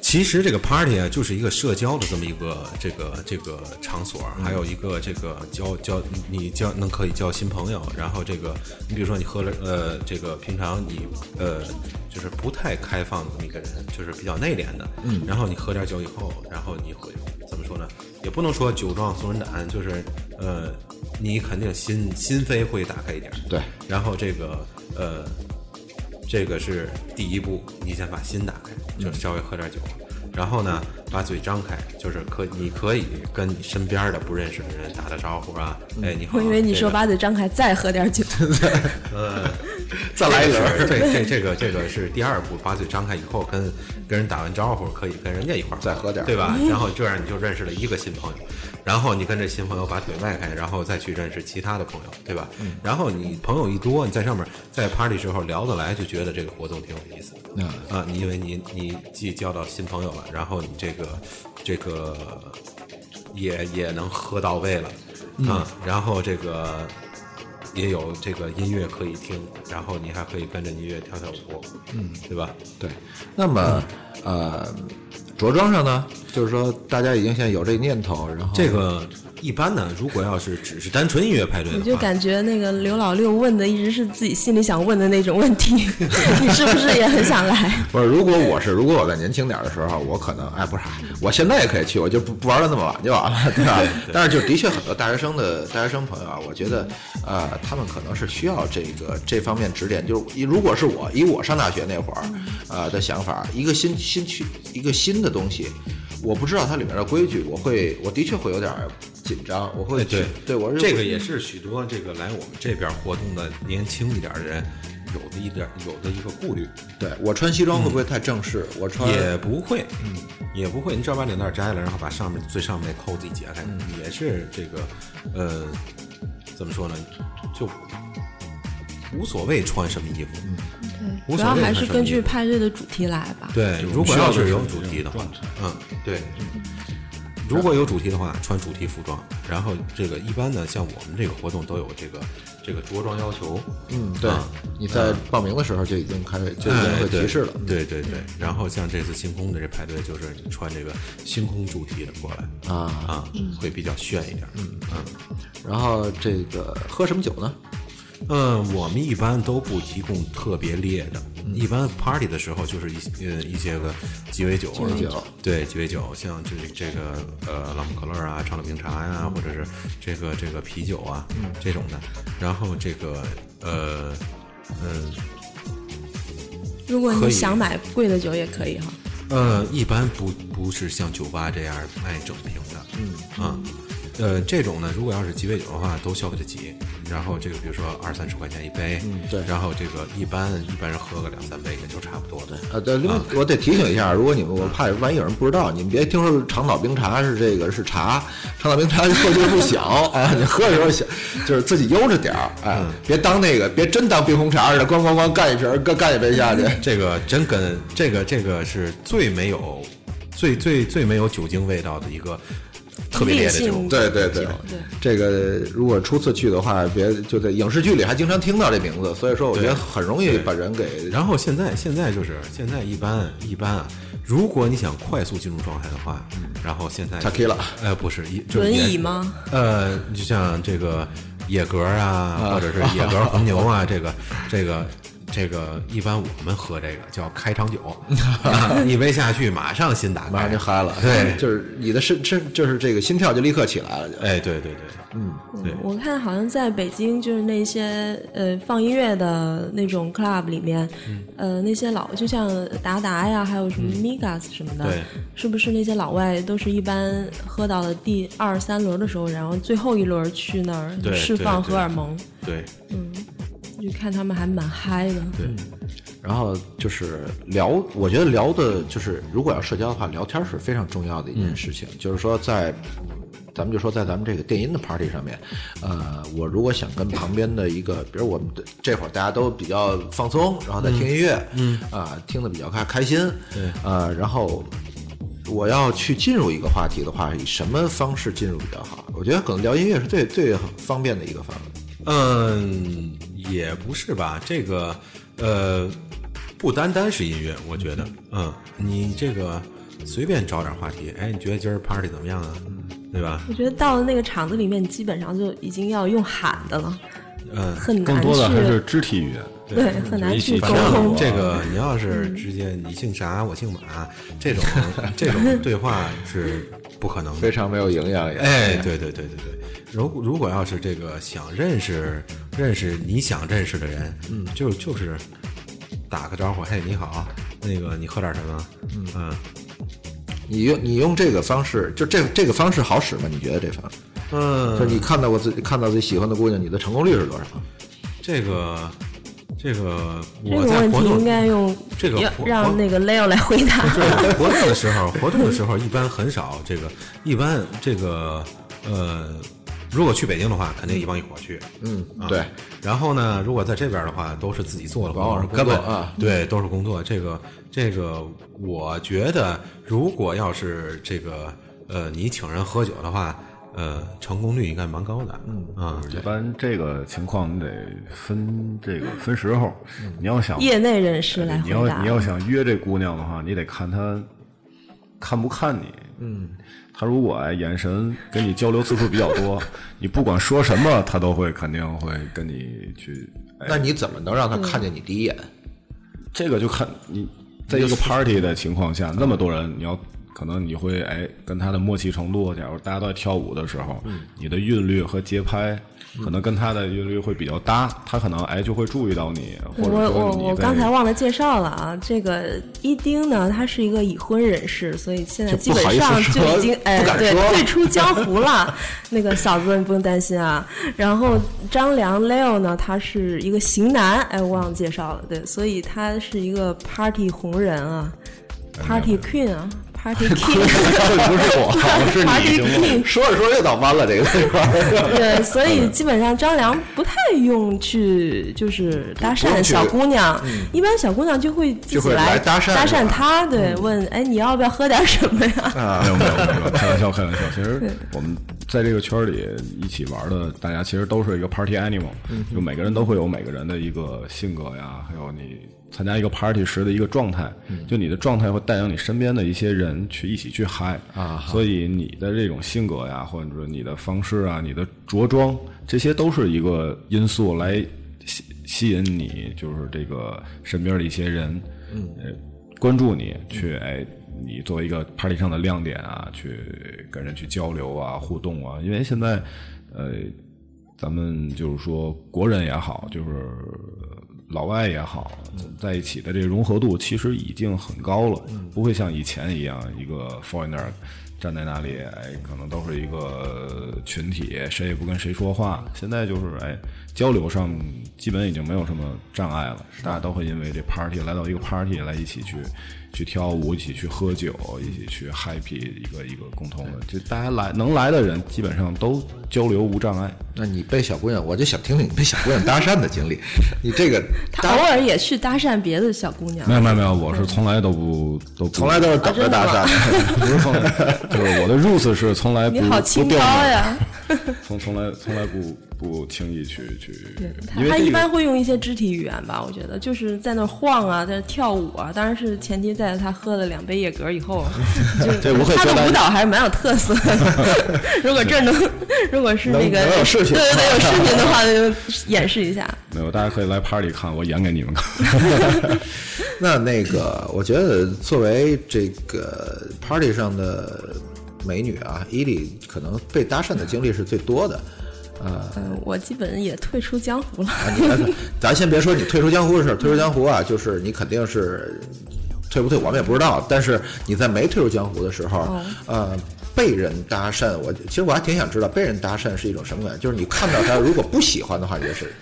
Speaker 6: 其实这个 party 啊，就是一个社交的这么一个这个这个场所，还有一个这个交交你交能可以交新朋友，然后这个你比如说你喝了呃这个平常你呃就是不太开放的这么一个人，就是比较内敛的，嗯，然后你喝点酒以后，然后你会怎么说呢？也不能说酒壮怂人胆，就是呃你肯定心心扉会打开一点，
Speaker 4: 对，
Speaker 6: 然后这个呃这个是第一步，你先把心打开，就稍微喝点酒，然后呢，把嘴张开，就是可你可以跟你身边的不认识的人打打招呼啊，哎，你好，
Speaker 5: 我以为你
Speaker 6: 这
Speaker 5: 说
Speaker 6: 个
Speaker 5: 把嘴张开再喝点酒，
Speaker 6: 呃，
Speaker 4: 再来一轮儿。
Speaker 6: 这这这个这个是第二步，把嘴张开以后跟，跟人打完招呼，可以跟人家一块儿
Speaker 4: 再喝点儿
Speaker 6: 对吧？然后这样你就认识了一个新朋友，然后你跟这新朋友把腿迈开，然后再去认识其他的朋友，对吧？然后你朋友一多，你在上面在 party 时候聊得来，就觉得这个活动挺有意思的啊，你因为你你既交到新朋友了，然后你这个这个也也能喝到位了。啊，然后这个也有这个音乐可以听，然后你还可以跟着音乐跳跳舞，嗯，对吧？
Speaker 4: 对，那么呃，着装上呢，就是说大家已经现在有这念头，然后
Speaker 6: 这个一般呢，如果要是只是单纯音乐派对
Speaker 5: 我
Speaker 6: 的
Speaker 5: 就
Speaker 6: 话，
Speaker 5: 感觉那个刘老六问的一直是自己心里想问的那种问 题，你是不是也很想来？
Speaker 4: 不是，如果我是，如果我在年轻点儿的时候，我可能哎，不是，我现在也可以去，我就不不玩的那么晚就完了， 对吧？但是就的确很多大学生的大学生朋友啊，我觉得呃，他们可能是需要这个这方面指点。就是以如果是我以我上大学那会儿
Speaker 6: 嗯
Speaker 4: 呃的想法，一个新新去一个新的东西，我不知道它里面的规矩，我会我的确会有点儿紧张，我会
Speaker 6: 哎
Speaker 4: 去
Speaker 6: 对
Speaker 4: 对我是
Speaker 6: 这个也是许多这个来我们这边活动的年轻一点的人有的一点有的一个顾虑，
Speaker 4: 对我穿西装会不会太正式？我穿
Speaker 6: 嗯也不会，嗯，也不会。你只要把领带摘了，然后把上面最上面那扣子一解开，也是这个，呃，怎么说呢，就无所谓穿什么衣服，无
Speaker 5: 主
Speaker 6: 所
Speaker 5: 要
Speaker 6: 谓
Speaker 5: 还
Speaker 6: 穿
Speaker 5: 是
Speaker 6: 什么
Speaker 5: 根
Speaker 6: 衣
Speaker 5: 据
Speaker 6: 服
Speaker 5: 派对的主题来吧。
Speaker 6: 对，如果要是有主题的话，嗯，对，如果有主题的话，穿主题服装。然后这个一般呢，像我们这个活动都有这个这个着装要求，
Speaker 4: 嗯，对
Speaker 6: 啊，
Speaker 4: 你在报名的时候就已经开始就已
Speaker 6: 哎
Speaker 4: 经会提示了。
Speaker 6: 对对对对，然后像这次星空的这派对，就是你穿这个星空主题的过来
Speaker 4: 啊
Speaker 6: 啊，会比较炫一点。嗯
Speaker 4: 然后这个喝什么酒呢？
Speaker 6: 嗯，我们一般都不提供特别烈的，一般 party 的时候就是一些呃一些个鸡尾酒，鸡
Speaker 4: 尾酒
Speaker 6: 对鸡尾酒，像这这个呃朗姆可乐啊、长岛冰茶呀、或者是这个这个啤酒啊、这种的，然后这个呃嗯。
Speaker 5: 如果
Speaker 6: 可
Speaker 5: 你
Speaker 6: 以
Speaker 5: 想买贵的酒也可以哈。
Speaker 6: 呃，一般不不是像酒吧这样卖整瓶的，嗯啊，呃，这种呢，如果要是鸡尾酒的话，都消费得起。然后这个比如说二三十块钱一杯，嗯，
Speaker 4: 对
Speaker 6: 然后这个一般一般人喝个两三杯也就差不多了。
Speaker 4: 啊，对，另外我得提醒一下，如果你们我怕万一有人不知道，你们别听说长岛冰茶是这个是茶，长岛冰茶喝劲儿不 小啊，你喝的时候小，就是自己悠着点儿，哎，别当那个，别真当冰红茶似的，咣咣咣干一瓶儿，干干一杯下去。
Speaker 6: 这个真跟这个这个是最没有最最最没有酒精味道的一个特别烈的
Speaker 5: 烈
Speaker 6: 酒
Speaker 5: 性，
Speaker 4: 对对对，这个如果初次去的话，别就在影视剧里还经常听到这名字，所以说我觉得
Speaker 6: 对
Speaker 4: 很容易把人给
Speaker 6: 然后现在现在就是现在一般一般啊，如果你想快速进入状态的话，然后现在
Speaker 4: Tequila
Speaker 6: 呃，不是一就是
Speaker 5: 轮
Speaker 6: 也
Speaker 5: 椅吗？
Speaker 6: 呃，你就像这个野格啊，或者是野格红牛啊， 这个这个。这个一般我们喝这个叫开 场酒，啊一杯下去马上心打开，
Speaker 4: 马上就嗨了，
Speaker 6: 对，
Speaker 4: 就是你的身身就是这个心跳就立刻起来了，就
Speaker 6: 哎，对对对，嗯，对，
Speaker 5: 我看好像在北京，就是那些呃放音乐的那种 club 里面，
Speaker 6: 嗯
Speaker 5: 呃那些老就像达达呀，还有什么 Migas 什么的，
Speaker 6: 对
Speaker 5: 是不是那些老外都是一般喝到了第二三轮的时候，然后最后一轮去那儿
Speaker 6: 对
Speaker 5: 释放
Speaker 6: 对对
Speaker 5: 荷尔蒙，
Speaker 6: 对，
Speaker 5: 就看他们还蛮嗨的。
Speaker 4: 然后就是聊，我觉得聊的就是，如果要社交的话，聊天是非常重要的一件事情。就是说在，咱们就说在咱们这个电音的 party 上面，呃，我如果想跟旁边的一个，比如我们的这会儿大家都比较放松，然后在听音乐，嗯，啊、听得比较开开心，对，呃，然后我要去进入一个话题的话，以什么方式进入比较好？我觉得可能聊音乐是最最方便的一个方式。
Speaker 6: 嗯，也不是吧，这个呃，不单单是音乐，我觉得，嗯，你这个随便找点话题，哎，你觉得今儿 party 怎么样啊？对吧？
Speaker 5: 我觉得到了那个场子里面，基本上就已经要用喊的了，
Speaker 6: 嗯，
Speaker 5: 很
Speaker 7: 更
Speaker 5: 难去
Speaker 7: 多的还是肢体语言。
Speaker 5: 对，很难
Speaker 7: 一
Speaker 5: 去
Speaker 7: 起
Speaker 5: 沟
Speaker 6: 反正
Speaker 5: 通。
Speaker 6: 这个你要是直接你姓啥我姓马 这种这种对话是不可能的，
Speaker 4: 非常没有营养也。
Speaker 6: 哎，对对对对对，如果如果要是这个想认识认识你想认识的人，嗯，就就是打个招呼，嘿，你好，那个你喝点什么？嗯
Speaker 4: 你用你用这个方式，就这这个方式好使吗？你觉得这方式？
Speaker 6: 嗯，
Speaker 4: 就是你看到过自己看到自己喜欢的姑娘，你的成功率是多少？
Speaker 6: 这个这这个
Speaker 5: 这
Speaker 6: 我
Speaker 5: 种
Speaker 6: 在
Speaker 5: 问
Speaker 6: 活
Speaker 5: 题
Speaker 6: 动
Speaker 5: 应该用
Speaker 6: 这个
Speaker 5: 要
Speaker 6: 活
Speaker 5: 让那个 Leo 来回答。
Speaker 6: 对， 活动的时候，活动的时候一般很少。这个一般这个呃，如果去北京的话，肯定一帮一伙去。嗯，啊、
Speaker 1: 对。
Speaker 6: 然后呢，如果在这边的话，都是自己做的活
Speaker 1: 往
Speaker 6: 动，
Speaker 1: 往是
Speaker 6: 工作
Speaker 1: 干本啊。
Speaker 6: 对，都是工作。这个这个，我觉得如果要是这个呃，你请人喝酒的话，呃，成功率应该蛮高的。嗯啊，
Speaker 7: 一般这个情况你得分这个分时候， 你要想
Speaker 5: 业内人士嗯来
Speaker 7: 你
Speaker 5: 回
Speaker 7: 要
Speaker 5: 答
Speaker 7: 你。要想约这姑娘的话，你得看她看不看你。嗯，她如果哎眼神跟你交流次数比较多， 你不管说什么，她都会肯定会跟你去。哎、
Speaker 1: 那你怎么能让他看见你第一眼？
Speaker 7: 这个就看你在一个 party 的情况下，那么多人，你要可能你会哎跟他的默契程度，假如大家都在跳舞的时候，你的韵律和节拍可能跟他的韵律会比较搭，他可能哎就会注意到你，或
Speaker 5: 我
Speaker 7: 者说
Speaker 5: 我
Speaker 7: 你
Speaker 5: 我
Speaker 7: 在
Speaker 5: 刚才忘了介绍了啊，这个一丁呢，他是一个已婚人士，所以现在
Speaker 1: 就
Speaker 5: 基
Speaker 1: 不好
Speaker 5: 本
Speaker 1: 意思
Speaker 5: 上就
Speaker 1: 说
Speaker 5: 已经哎
Speaker 1: 不敢
Speaker 5: 对
Speaker 1: 说了
Speaker 5: 退出江湖了。 那个嫂子你不用担心啊。然后张良 Leo 呢，他是一个型男，哎，我忘了介绍了，对，所以他是一个 party 红人啊，party queen 啊，party king。
Speaker 1: 哎不是我，
Speaker 5: 是你行吗
Speaker 1: 说着说着又倒弯了，这个地方。
Speaker 5: 对，所
Speaker 1: 嗯
Speaker 5: 以基本上张良不太用去就是搭
Speaker 1: 不
Speaker 5: 讪
Speaker 1: 用去嗯
Speaker 5: 小姑娘，一般小姑娘就会自
Speaker 1: 就
Speaker 5: 己
Speaker 1: 会来搭讪是
Speaker 5: 搭
Speaker 1: 吧嗯啊
Speaker 5: 讪他，对，问哎你要不要喝点什么呀？
Speaker 7: 没有没有没有 没有，开玩笑开玩笑。其实我们在这个圈儿里一起玩的，大家其实都是一个 party animal，就每个人都会有每个人的一个性格呀，还有你参加一个 party 时的一个状态，就你的状态会带领你身边的一些人去一起去嗨啊。所以你的这种性格呀，或者说你的方式啊，你的着装，这些都是一个因素来吸吸引你，就是这个身边的一些人，嗯，关注你，去哎，你作为一个 party 上的亮点啊，去跟人去交流啊、互动啊。因为现在，呃，咱们就是说国人也好，就是老外也好，在一起的这个融合度其实已经很高了，不会像以前一样一个 foreigner。站在那里，哎，可能都是一个群体，谁也不跟谁说话。现在就是，哎，交流上基本已经没有什么障碍了，大家都会因为这 party 来到一个 party 来一起去去跳舞，一起去喝酒，一起去 happy，一个一个共同的，就大家来能来的人基本上都交流无障碍。
Speaker 1: 那你被小姑娘，我就想听听你被小姑娘搭讪的经历。你这 个
Speaker 5: 他
Speaker 1: 搭
Speaker 5: 偶尔也去搭讪别的小姑娘
Speaker 7: 没，有没有没有，我是从来都不都不
Speaker 1: 从来都是等着搭
Speaker 5: 啊
Speaker 1: 讪，
Speaker 7: 不是从来，就是我的 rules 是从来不
Speaker 5: 你好啊
Speaker 7: 不
Speaker 5: 清
Speaker 7: 掉
Speaker 5: 高
Speaker 7: 脑
Speaker 5: 呀！
Speaker 7: 从从来从来不不轻易去去，嗯因
Speaker 5: 他
Speaker 7: 为
Speaker 5: 他
Speaker 7: 这
Speaker 5: 一
Speaker 7: 个
Speaker 5: 般会用一些肢体语言吧，我觉得就是在那儿晃啊，在那儿跳舞啊，当然是前提在他喝了两杯野格以后，就是
Speaker 7: 这无可
Speaker 5: 他
Speaker 7: 交代
Speaker 5: 的舞蹈还是蛮有特色的。 如果这能，如果是那个
Speaker 1: 能能有视频
Speaker 5: 对对对，有视频的话就演示一下。
Speaker 7: 没有，大家可以来 party 看，我演给你们看。
Speaker 1: 那那个，我觉得作为这个 party 上的美女啊，伊利可能被搭讪的经历是最多的。
Speaker 5: 嗯，我基本也退出江湖了。
Speaker 1: 啊，你来看，咱先别说你退出江湖的事儿，退出江湖啊，就是你肯定是退不退，我们也不知道。但是你在没退出江湖的时候，
Speaker 5: 哦
Speaker 1: 呃，被人搭讪，我其实我还挺想知道被人搭讪是一种什么感觉，就是你看到他如果不喜欢的话，你就是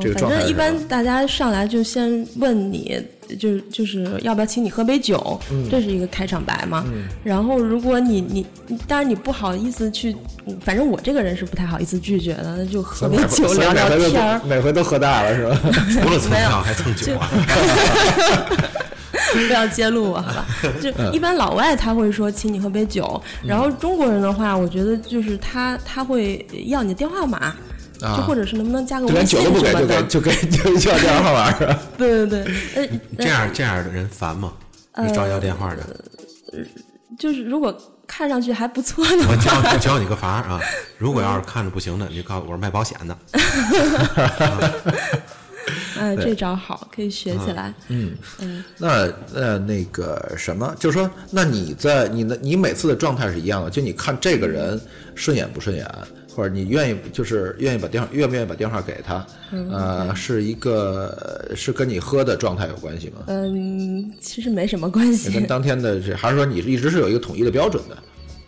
Speaker 1: 这个
Speaker 5: 嗯反
Speaker 1: 状态
Speaker 5: 正
Speaker 1: 是
Speaker 5: 一
Speaker 1: 什么。
Speaker 5: 般大家上来就先问你，就是就是要不要请你喝杯酒，
Speaker 1: 嗯
Speaker 5: 这是一个开场白嘛。然后如果你你，你当然你不好意思去，嗯反正我这个人是不太好意思拒绝的，那就喝杯
Speaker 1: 所以
Speaker 5: 酒聊聊
Speaker 1: 每回
Speaker 5: 天儿
Speaker 1: 都。每回都喝大了是吧？
Speaker 6: 除了蹭票还蹭酒啊。
Speaker 5: 不要揭露我，好 吧？就
Speaker 1: 嗯
Speaker 5: 一般老外他会说请你喝杯酒，然后中国人的话，我觉得就是他他会要你的电话号码，
Speaker 1: 啊
Speaker 5: 就或者是 能不能加个
Speaker 1: 就
Speaker 5: 微
Speaker 1: 连
Speaker 5: 信
Speaker 1: 酒
Speaker 5: 什
Speaker 1: 都不
Speaker 5: 么
Speaker 1: 给，就给
Speaker 5: 的。
Speaker 1: 就给就就要电话号码是吧？
Speaker 5: 对对对，呃，
Speaker 6: 这样这样的人烦吗？你找要电话的，
Speaker 5: 就是如果看上去还不错 的
Speaker 6: 我
Speaker 5: 话，
Speaker 6: 教教你个法儿啊！如果要是看着不行的，你就告诉我是卖保险 的。
Speaker 5: 哎，这招好，可以学起来。嗯嗯，
Speaker 1: 那呃那个什么，就是说，那你在你的你每次的状态是一样的，就你看这个人顺眼不顺眼，或者你愿意就是愿意把电话愿不愿意把电话给他，
Speaker 5: 嗯
Speaker 1: 呃，是一个是跟你喝的状态有关系吗？
Speaker 5: 嗯，其实没什么关
Speaker 1: 也跟
Speaker 5: 系。
Speaker 1: 当天的这还是说你一直是有一个统一的标准的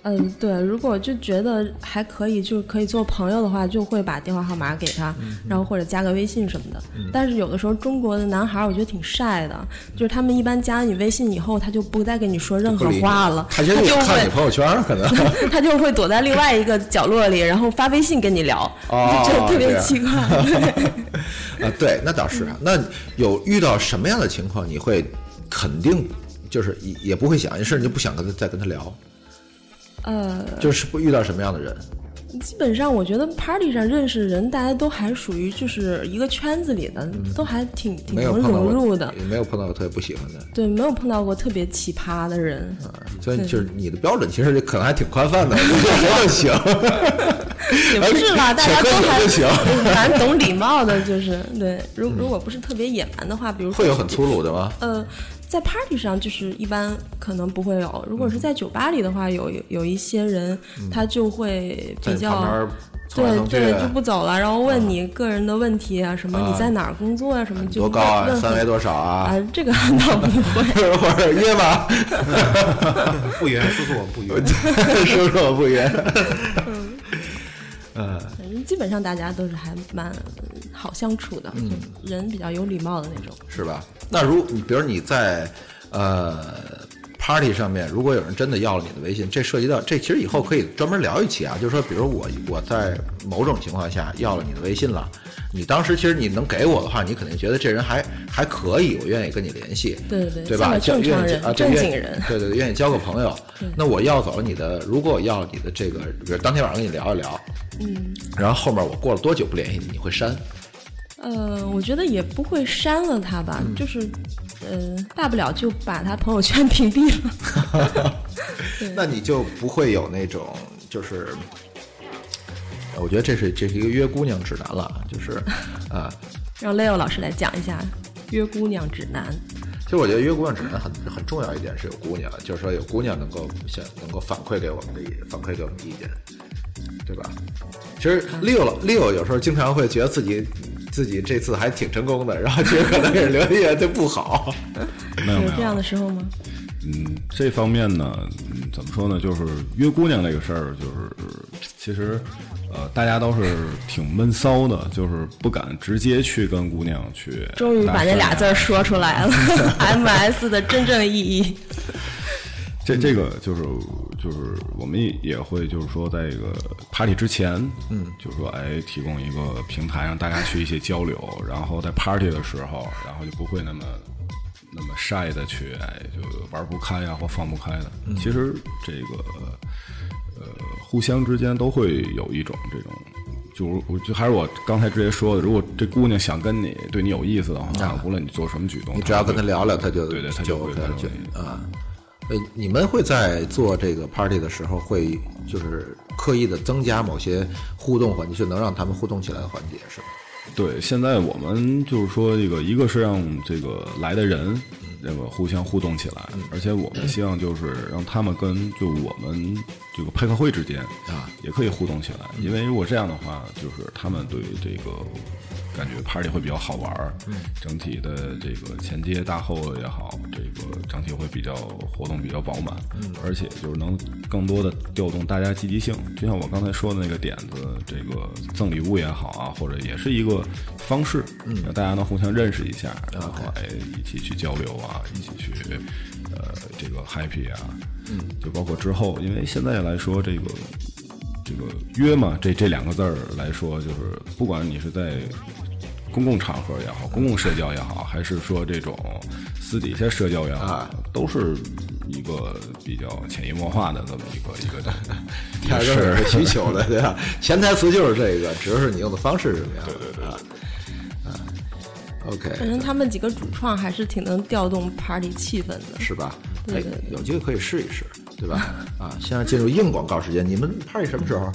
Speaker 5: 嗯，对，如果就觉得还可以，就是可以做朋友的话，就会把电话号码给他，然后或者加个微信什么的。但是有的时候中国的男孩儿，我觉得挺晒的，就是他们一般加了你微信以后，他就不再跟你说任何话了，
Speaker 1: 他
Speaker 5: 他
Speaker 1: 觉
Speaker 5: 就
Speaker 1: 得我看
Speaker 5: 会
Speaker 1: 你朋友圈儿可能
Speaker 5: 他就会躲在另外一个角落里，然后发微信跟你聊，
Speaker 1: 哦
Speaker 5: 就觉得特
Speaker 1: 这
Speaker 5: 别
Speaker 1: 样
Speaker 5: 奇怪。对
Speaker 1: 啊，对，那倒
Speaker 5: 嗯
Speaker 1: 是啊。那有遇到什么样的情况，你会肯定就是也也不会想，甚至就不想跟他再跟他聊，
Speaker 5: 呃，
Speaker 1: 就是不遇到什么样的人？
Speaker 5: 基本上我觉得 party 上认识人，大家都还属于就是一个圈子里的，都还挺挺
Speaker 1: 嗯没有
Speaker 5: 能
Speaker 1: 碰到
Speaker 5: 融入
Speaker 1: 过
Speaker 5: 的。
Speaker 1: 也没有碰到过特别不喜欢的。
Speaker 5: 对，没有碰到过特别奇葩的人。
Speaker 1: 嗯所以就是你的标准其实可能还挺宽泛的，你觉得行，
Speaker 5: 也不是吧，
Speaker 1: 而且
Speaker 5: 大家都还
Speaker 1: 且跟你
Speaker 5: 对反正懂礼貌的，就是对。如如果不是特别野蛮的话，比如说
Speaker 1: 会有很粗鲁的吗？
Speaker 5: 呃，在 party 上就是一般可能不会有，如果
Speaker 1: 嗯
Speaker 5: 是在酒吧里的话，有有有一些人他就会
Speaker 1: 在
Speaker 5: 比
Speaker 1: 你
Speaker 5: 较
Speaker 1: 旁边儿蹭来
Speaker 5: 对
Speaker 1: 蹭去
Speaker 5: 对就不走了，然后问你个人的问题啊，什么你在哪儿工作啊，什么
Speaker 1: 嗯
Speaker 5: 就
Speaker 1: 多高啊？
Speaker 5: 问
Speaker 1: 三围多少
Speaker 5: 啊
Speaker 1: 啊？
Speaker 5: 这个倒不会。
Speaker 1: 或者约吗？
Speaker 4: 不远，叔叔我们不 远。
Speaker 1: 叔叔我不约。
Speaker 5: 反正基本上大家都是还蛮好相处的，就人比较有礼貌的那种。
Speaker 1: 是吧？那如你比如你在呃 party 上面，如果有人真的要了你的微信，这涉及到这其实以后可以专门聊一期啊，就是说，比如我我在某种情况下要了你的微信了，你当时其实你能给我的话，你肯定觉得这人还还可以，我愿意跟你联系，
Speaker 5: 对对
Speaker 1: 对吧？
Speaker 5: 像个正
Speaker 1: 愿
Speaker 5: 常
Speaker 1: 意
Speaker 5: 人
Speaker 1: 啊，对
Speaker 5: 正
Speaker 1: 愿意
Speaker 5: 经人嗯
Speaker 1: 对对对，愿意交个朋友。那我要走了你的，如果我要了你的这个，比如当天晚上跟你聊一聊，嗯，然后后面我过了多久不联系你，你会删？
Speaker 5: 呃，我觉得也不会删了他吧，就是，呃，大不了就把他朋友圈 屏蔽了。
Speaker 1: 那你就不会有那种就是。我觉得这是这是一个约姑娘指南了，就是，啊，
Speaker 5: 让 Leo 老师来讲一下约姑娘指南。
Speaker 1: 其实我觉得约姑娘指南很很重要一点是有姑娘，就是说有姑娘能够想能够反馈给我们的意反馈给我们的意见，对吧？其实 Leo 老 Leo 有时候经常会觉得自己自己这次还挺成功的，然后其实可能也是留言就不好，
Speaker 7: 没有没
Speaker 5: 有
Speaker 7: 有
Speaker 5: 这样的时候吗？
Speaker 7: 嗯，这方面呢，嗯怎么说呢？就是约姑娘这个事儿，就是其实，呃，大家都是挺闷骚的，就是不敢直接去跟姑娘去。
Speaker 5: 终于把那俩字儿说出来了，MS 的真正意义。
Speaker 7: 这这个就是就是我们也会就是说，在这个 party 之前，嗯，就是说哎，提供一个平台让大家去一些交流，然后在 party 的时候，然后就不会那么那么晒的去哎就玩不开啊呀、或放不开的。
Speaker 1: 嗯
Speaker 7: 其实这个呃，互相之间都会有一种这种。就是我就还是我刚才直接说的，如果这姑娘想跟你对你有意思的话，无论你做什么举动，
Speaker 1: 啊你只要跟他
Speaker 7: 她
Speaker 1: 聊聊，他就
Speaker 7: 对对他
Speaker 1: 就
Speaker 7: 就会
Speaker 1: OK
Speaker 7: 他
Speaker 1: 了
Speaker 7: 就
Speaker 1: 就啊。呃，你们会在做这个 party 的时候，会就是刻意的增加某些互动环节，就能让他们互动起来的环节，是吧？
Speaker 7: 对，现在我们就是说，这个一个是让这个来的人，这个互相互动起来，而且我们希望就是让他们跟就我们这个派克会之间
Speaker 1: 啊，
Speaker 7: 也可以互动起来，因为如果这样的话，就是他们对这个感觉 party 会比较好玩儿，整体的这个前接大后也好，这个整体会比较活动比较饱满，而且就是能更多的调动大家积极性。就像我刚才说的那个点子，这个赠礼物也好啊，或者也是一个方式，让大家能互相认识一下，然后哎一起去交流啊，一起去呃这个 happy 啊，就包括之后，因为现在来说这个。这个约嘛，这这两个字儿来说，就是不管你是在公共场合也好，公共社交也好，还是说这种私底下社交也好，都是一个比较潜移默化的这么一个一个一
Speaker 1: 第二
Speaker 7: 个
Speaker 1: 个
Speaker 7: 事
Speaker 1: 是
Speaker 7: 儿
Speaker 1: 有。需求的，对吧？潜台词就是这个，只是你用的方式是什么样的。对对对啊啊
Speaker 5: 反
Speaker 1: ，OK，
Speaker 5: 正他们几个主创还是挺能调动 party 气氛的。
Speaker 1: 是吧？
Speaker 5: 对
Speaker 1: 哎
Speaker 5: 对，
Speaker 1: 有机会可以试一试，对吧？啊，现在进入硬广告时间，你们 party 什么时候？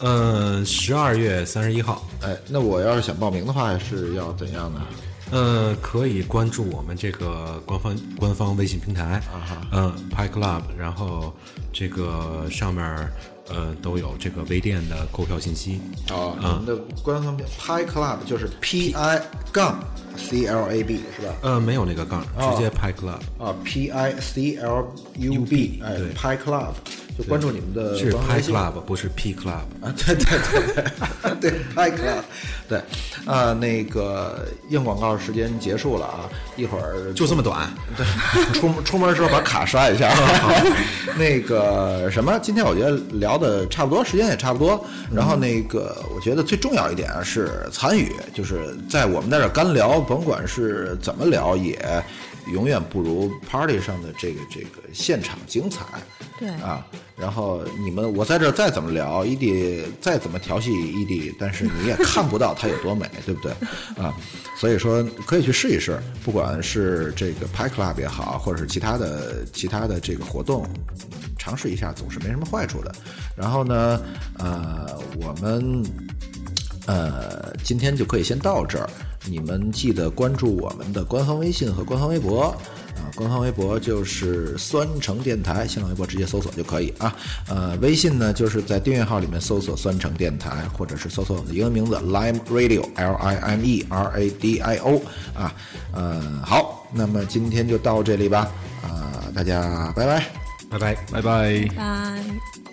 Speaker 4: 嗯，十二月三十一号，
Speaker 1: 哎，那我要是想报名的话，是要怎样呢？
Speaker 4: 呃，可以关注我们这个官方官方微信平台，
Speaker 1: 啊
Speaker 4: 嗯、p i Club，然后这个上面儿呃都有这个微店的购票信息。
Speaker 1: 哦，你们的官方名 Pi Club 就是 P I 杠 C L A B 是吧？
Speaker 4: 呃，没有那个杠，直接 Pi Club。
Speaker 1: 啊，P I C L 哦 U B，哎呃
Speaker 4: 对
Speaker 1: ，Pi Club。就关注你们的
Speaker 4: 是
Speaker 1: 官方
Speaker 4: Pi
Speaker 1: 微信
Speaker 4: Club 不是 P Club。
Speaker 1: 啊，对对 对对，太可爱了，对，啊，那个硬广告时间结束了啊，一会儿
Speaker 4: 就这么短，
Speaker 1: 对，出门出门之后把卡刷 一下。 那个什么，今天我觉得聊的差不多，时间也差不多。然后那个，我觉得最重要一点啊是参与，就是在我们在这儿干聊，甭管是怎么聊，也永远不如 party 上的这个这个现场精彩。
Speaker 5: 对
Speaker 1: 啊，然后你们我在这儿再怎么聊伊迪，再怎么调戏伊迪，但是你也看不到它有多美， 对不对？啊，所以说可以去试一试，不管是这个 Pi Club 也好，或者是其他的其他的这个活动，嗯尝试一下总是没什么坏处的。然后呢，呃，我们呃，今天就可以先到这儿。你们记得关注我们的官方微信和官方微博啊，官方微博就是酸橙电台，新浪微博直接搜索就可以啊。呃，微信呢就是在订阅号里面搜索“酸橙电台”，或者是搜索我们的英文名字 “Lime Radio L I M E R A D I O” 啊。呃，好，那么今天就到这里吧啊、大家拜拜。
Speaker 4: 拜拜。
Speaker 7: 拜拜。
Speaker 5: 拜。